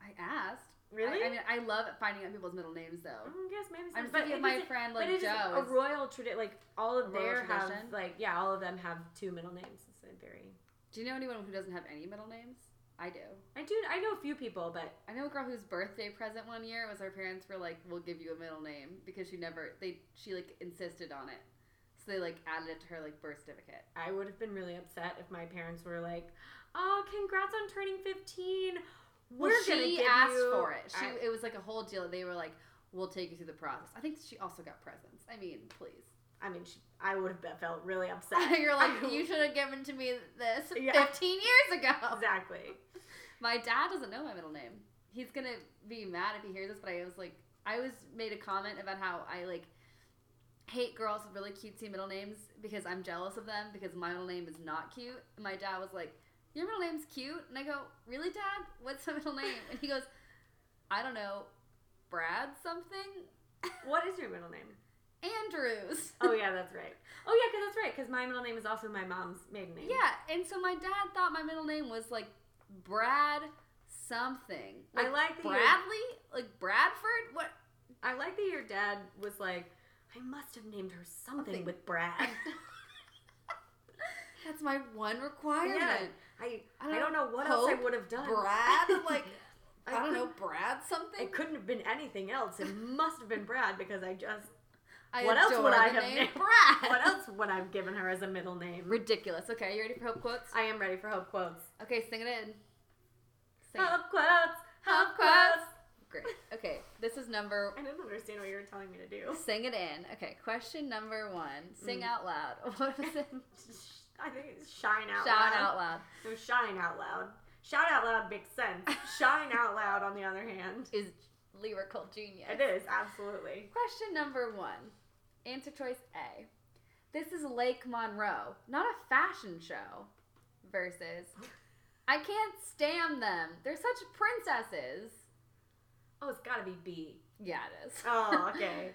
Speaker 1: I asked.
Speaker 2: Really?
Speaker 1: I, I mean, I love finding out people's middle names though.
Speaker 2: Mm, yes, maybe.
Speaker 1: I'm
Speaker 2: some- but
Speaker 1: thinking of
Speaker 2: it
Speaker 1: my
Speaker 2: doesn't-
Speaker 1: friend
Speaker 2: But
Speaker 1: like
Speaker 2: it is
Speaker 1: Joe.
Speaker 2: a
Speaker 1: is-
Speaker 2: royal tradition. Like all of
Speaker 1: Royal
Speaker 2: their have,
Speaker 1: tradition?
Speaker 2: like yeah, all of them have two middle names. It's a very.
Speaker 1: do you know anyone who doesn't have any middle names? I do.
Speaker 2: I do. I know a few people, but
Speaker 1: I know a girl whose birthday present one year was her parents were like, "We'll give you a middle name" because she never they she like insisted on it, so they like added it to her like birth certificate.
Speaker 2: I would have been really upset if my parents were like, "Oh, congrats on turning 15. We're
Speaker 1: Well,
Speaker 2: gonna
Speaker 1: she
Speaker 2: give
Speaker 1: asked
Speaker 2: you-"
Speaker 1: for it. She
Speaker 2: I-
Speaker 1: it was like a whole deal. They were like, "We'll take you through the process." I think she also got presents. I mean, please.
Speaker 2: I mean, she, I would have been- felt really upset.
Speaker 1: You're like,
Speaker 2: I-
Speaker 1: you should have given to me this
Speaker 2: Yeah.
Speaker 1: 15 years ago.
Speaker 2: exactly.
Speaker 1: My dad doesn't know my middle name. He's gonna be mad if he hears this, but I was like, I always made a comment about how I like hate girls with really cutesy middle names because I'm jealous of them because my middle name is not cute. And my dad was like, Your middle name's cute? And I go, Really, dad? What's my middle name? And he goes, I don't know, Brad something?
Speaker 2: What is your middle name?
Speaker 1: Andrews.
Speaker 2: Oh yeah, that's right. Oh yeah, because that's right. Because my middle name is also my mom's maiden name.
Speaker 1: Yeah, and so my dad thought my middle name was like Brad something.
Speaker 2: I
Speaker 1: Like,
Speaker 2: like that you-
Speaker 1: Bradley, like Bradford. What?
Speaker 2: I like that your dad was like, I must have named her something
Speaker 1: Something.
Speaker 2: with Brad.
Speaker 1: That's my one requirement.
Speaker 2: yeah. I
Speaker 1: I don't
Speaker 2: I don't know what else
Speaker 1: Hope,
Speaker 2: I would have done.
Speaker 1: Brad, like I,
Speaker 2: I
Speaker 1: don't know,
Speaker 2: couldn't-
Speaker 1: Brad something.
Speaker 2: It couldn't have been anything else. It must have been Brad because I just
Speaker 1: I
Speaker 2: what else
Speaker 1: adore
Speaker 2: would
Speaker 1: the
Speaker 2: I have
Speaker 1: name
Speaker 2: named-
Speaker 1: Brad?
Speaker 2: what else would I've given her as a middle name?
Speaker 1: Ridiculous. Okay, you ready for hope quotes?
Speaker 2: I am ready for hope quotes.
Speaker 1: Okay, sing it in. Sing it.
Speaker 2: Hope quotes. Hope quotes.
Speaker 1: quotes. Great. Okay, this is number.
Speaker 2: I didn't understand what you were telling me to do.
Speaker 1: Sing it in. Okay, question number one. Sing
Speaker 2: Mm.
Speaker 1: out loud. What was it?
Speaker 2: I think it's shine out
Speaker 1: Shout
Speaker 2: loud.
Speaker 1: out loud.
Speaker 2: No, shine out loud. Shout out loud makes sense. shine out loud, on the other hand,
Speaker 1: Is lyrical genius.
Speaker 2: it is absolutely.
Speaker 1: Question number one. Answer choice A. This is Lake Monroe, not a fashion show. Versus, I can't stand them. They're such princesses.
Speaker 2: Oh, it's gotta be B.
Speaker 1: Yeah, it is.
Speaker 2: Oh, okay.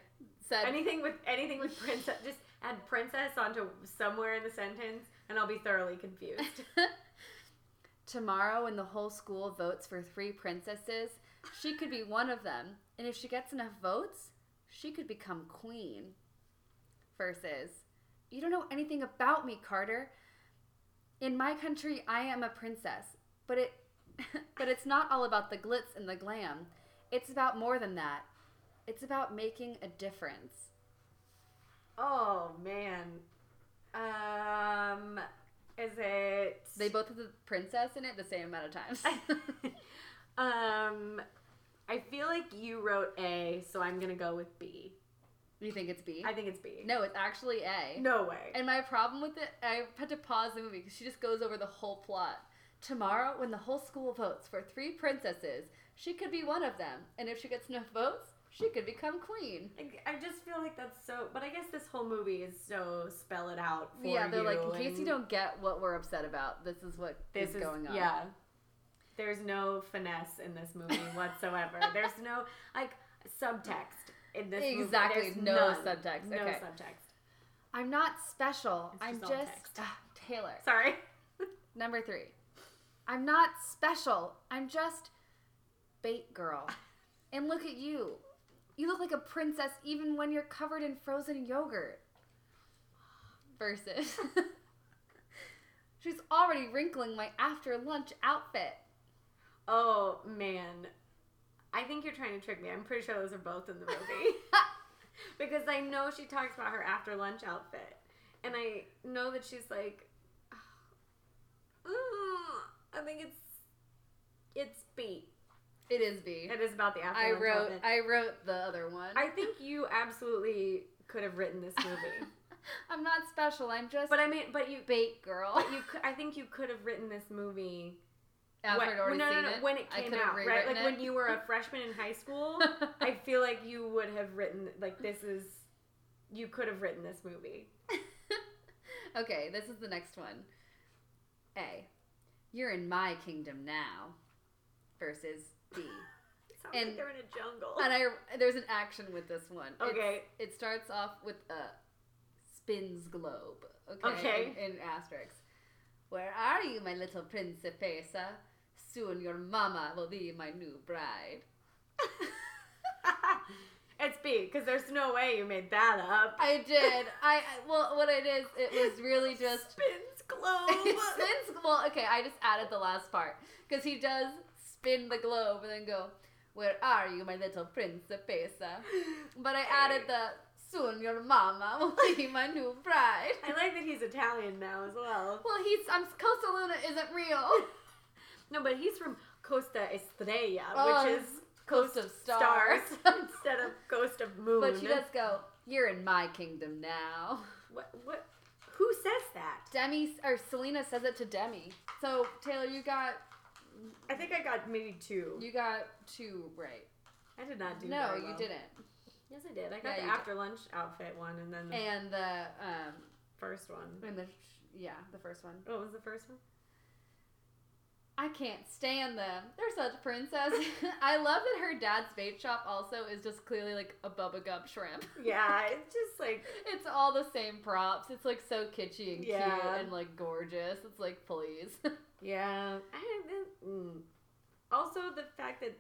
Speaker 1: Said
Speaker 2: anything with anything with princess, just add princess onto somewhere in the sentence, and I'll be thoroughly confused.
Speaker 1: tomorrow, when the whole school votes for three princesses, she could be one of them, and if she gets enough votes, she could become queen. Versus, you don't know anything about me, Carter. In my country, I am a princess, but it, but it's not all about the glitz and the glam. It's about more than that. It's about making a difference.
Speaker 2: Oh man, um, is it?
Speaker 1: They both have the princess in it the same amount of times.
Speaker 2: um, I feel like you wrote A, so I'm gonna go with B.
Speaker 1: you think it's B?
Speaker 2: I think it's B.
Speaker 1: No, it's actually A.
Speaker 2: No way.
Speaker 1: And my problem with it, I had to pause the movie because she just goes over the whole plot. Tomorrow, when the whole school votes for three princesses, she could be one of them. And if she gets enough votes, she could become queen.
Speaker 2: I- I just feel like that's so. But I guess this whole movie is so spell it out for
Speaker 1: yeah, they're like, in
Speaker 2: you,
Speaker 1: case you
Speaker 2: and
Speaker 1: don't get what we're upset about, this is what
Speaker 2: this
Speaker 1: is going on.
Speaker 2: Yeah, there's no finesse in this movie whatsoever. there's no like subtext in this. movie.
Speaker 1: Exactly,
Speaker 2: There's
Speaker 1: no
Speaker 2: none.
Speaker 1: subtext,
Speaker 2: No
Speaker 1: okay.
Speaker 2: subtext.
Speaker 1: I'm not special.
Speaker 2: It's
Speaker 1: I'm
Speaker 2: just
Speaker 1: just,
Speaker 2: all text.
Speaker 1: Ugh, Taylor.
Speaker 2: Sorry.
Speaker 1: Number three. I'm not special. I'm just bait girl. And look at you. You look like a princess even when you're covered in frozen yogurt. Versus. She's already wrinkling my after lunch outfit.
Speaker 2: Oh man, I think you're trying to trick me. I'm pretty sure those are both in the movie because I know she talks about her after lunch outfit, and I know that she's like, mm, I think it's it's B.
Speaker 1: It is B.
Speaker 2: It is about the after
Speaker 1: I
Speaker 2: lunch
Speaker 1: wrote
Speaker 2: outfit.
Speaker 1: I wrote the other one.
Speaker 2: I think you absolutely could have written this movie,
Speaker 1: I'm not special. I'm just
Speaker 2: but I mean, but you,
Speaker 1: bait girl.
Speaker 2: but you, cou- I think you could have written this movie.
Speaker 1: After
Speaker 2: when,
Speaker 1: I'd already
Speaker 2: no, no,
Speaker 1: seen
Speaker 2: no,
Speaker 1: it.
Speaker 2: when it
Speaker 1: I
Speaker 2: came
Speaker 1: could've
Speaker 2: out, right? Like
Speaker 1: rewritten
Speaker 2: when
Speaker 1: it.
Speaker 2: you were a freshman in high school. I feel like you would have written like this is you could have written this movie.
Speaker 1: okay, this is the next one. A. You're in my kingdom now. Versus B.
Speaker 2: Sounds
Speaker 1: And-
Speaker 2: like they're in a jungle.
Speaker 1: And I there's an action with this one. It's-
Speaker 2: Okay.
Speaker 1: it starts off with a spins globe. Okay.
Speaker 2: Okay.
Speaker 1: In, in asterisks. Where are you, my little princesa? Soon your mama will be my new bride.
Speaker 2: it's B because there's no way you made that up.
Speaker 1: I did. I I- well, what it is, it was really just
Speaker 2: Spins
Speaker 1: it
Speaker 2: globe.
Speaker 1: spins. Well, okay, I just added the last part because he does spin the globe and then go, "Where are you, my little princesa?" But I added the "Soon your mama will be my new bride."
Speaker 2: I like that he's Italian now as well.
Speaker 1: Well, he's I'm Costa Luna isn't real.
Speaker 2: No, but he's from Costa Estrella,
Speaker 1: Oh,
Speaker 2: which is
Speaker 1: Coast of stars.
Speaker 2: instead of Coast of Moon.
Speaker 1: but she does go. You're in my kingdom now.
Speaker 2: What? What? Who says that?
Speaker 1: Demi or Selena says it to Demi. So Taylor, you got
Speaker 2: I think I got maybe two.
Speaker 1: you got two right.
Speaker 2: I did not do.
Speaker 1: no,
Speaker 2: very
Speaker 1: you
Speaker 2: well.
Speaker 1: didn't.
Speaker 2: Yes, I did. I
Speaker 1: Yeah,
Speaker 2: got
Speaker 1: you
Speaker 2: the
Speaker 1: did.
Speaker 2: after lunch outfit one, and then the
Speaker 1: And the um
Speaker 2: first one.
Speaker 1: and the yeah the first one.
Speaker 2: What was the first one?
Speaker 1: I can't stand them. They're such princesses. I love that her dad's bait shop also is just clearly like a Bubba Gump shrimp.
Speaker 2: Yeah, it's just like
Speaker 1: It's all the same props. It's like so kitschy and
Speaker 2: Yeah.
Speaker 1: cute and like gorgeous. It's like please.
Speaker 2: yeah. I, the- mm. Also, the fact that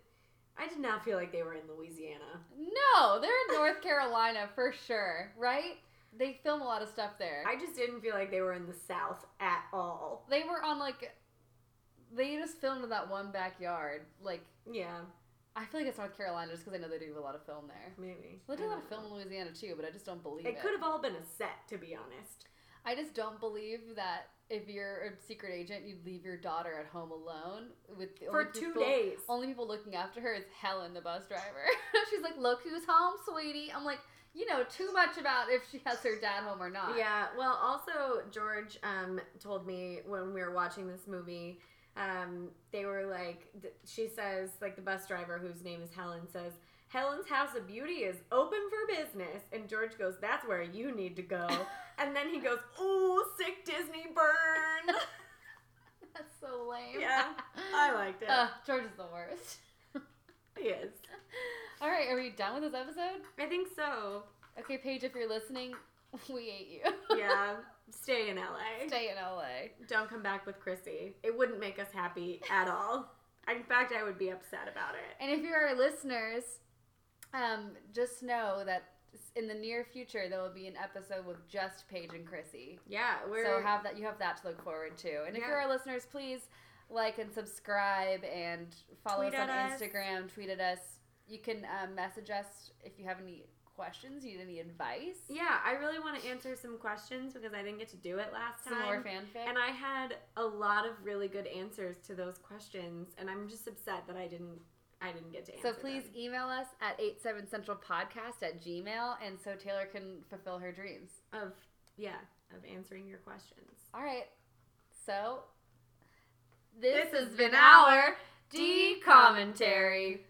Speaker 2: I did not feel like they were in Louisiana.
Speaker 1: no, they're in North Carolina for sure, right? They film a lot of stuff there.
Speaker 2: I just didn't feel like they were in the South at all.
Speaker 1: they were on like they just filmed in that one backyard. Like
Speaker 2: Yeah,
Speaker 1: I feel like it's North Carolina just because I know they do a lot of film there.
Speaker 2: maybe.
Speaker 1: They do a
Speaker 2: I
Speaker 1: lot of
Speaker 2: don't
Speaker 1: film in Louisiana too, but I just don't believe
Speaker 2: know.
Speaker 1: it.
Speaker 2: It could have all been a set, to be honest.
Speaker 1: I just don't believe that if you're a secret agent, you'd leave your daughter at home alone with the
Speaker 2: For
Speaker 1: only
Speaker 2: two
Speaker 1: people-
Speaker 2: days.
Speaker 1: Only people looking after her is Helen, the bus driver. She's like, "Look who's home, sweetie." I'm like, you know too much about if she has her dad home or not.
Speaker 2: Yeah. Well, also George um, told me when we were watching this movie, um, they were like, th- she says, like the bus driver whose name is Helen says, Helen's House of Beauty is open for business, and George goes, that's where you need to go. and then he goes, ooh, sick Disney burn.
Speaker 1: that's so lame.
Speaker 2: Yeah, I liked it.
Speaker 1: Uh, George is the worst.
Speaker 2: yes.
Speaker 1: All right, are we done with this episode?
Speaker 2: I think so.
Speaker 1: Okay, Paige, if you're listening, we hate you.
Speaker 2: Yeah. Stay in LA.
Speaker 1: Stay in LA.
Speaker 2: Don't come back with Chrissy. It wouldn't make us happy at all. In fact, I would be upset about it.
Speaker 1: And if you're our listeners, um, just know that in the near future there will be an episode with just Paige and Chrissy.
Speaker 2: Yeah, we're
Speaker 1: so have that you have that to look forward to. And if
Speaker 2: Yeah.
Speaker 1: you're our listeners, please like and subscribe and follow
Speaker 2: Tweet
Speaker 1: us on
Speaker 2: at us.
Speaker 1: Instagram. Tweet at us. You can um, message us if you have any questions, you need any advice,
Speaker 2: Yeah, I really want to answer some questions because I didn't get to do it last
Speaker 1: some more
Speaker 2: time.
Speaker 1: fanfic.
Speaker 2: And I had a lot of really good answers to those questions, and I'm just upset that I didn't I didn't get to answer.
Speaker 1: so please
Speaker 2: them.
Speaker 1: email us at 87 Central Podcast at Gmail and so Taylor can fulfill her dreams.
Speaker 2: of yeah, of answering your questions.
Speaker 1: All right. So this,
Speaker 2: This
Speaker 1: has
Speaker 2: has
Speaker 1: been
Speaker 2: been
Speaker 1: our
Speaker 2: our
Speaker 1: D commentary.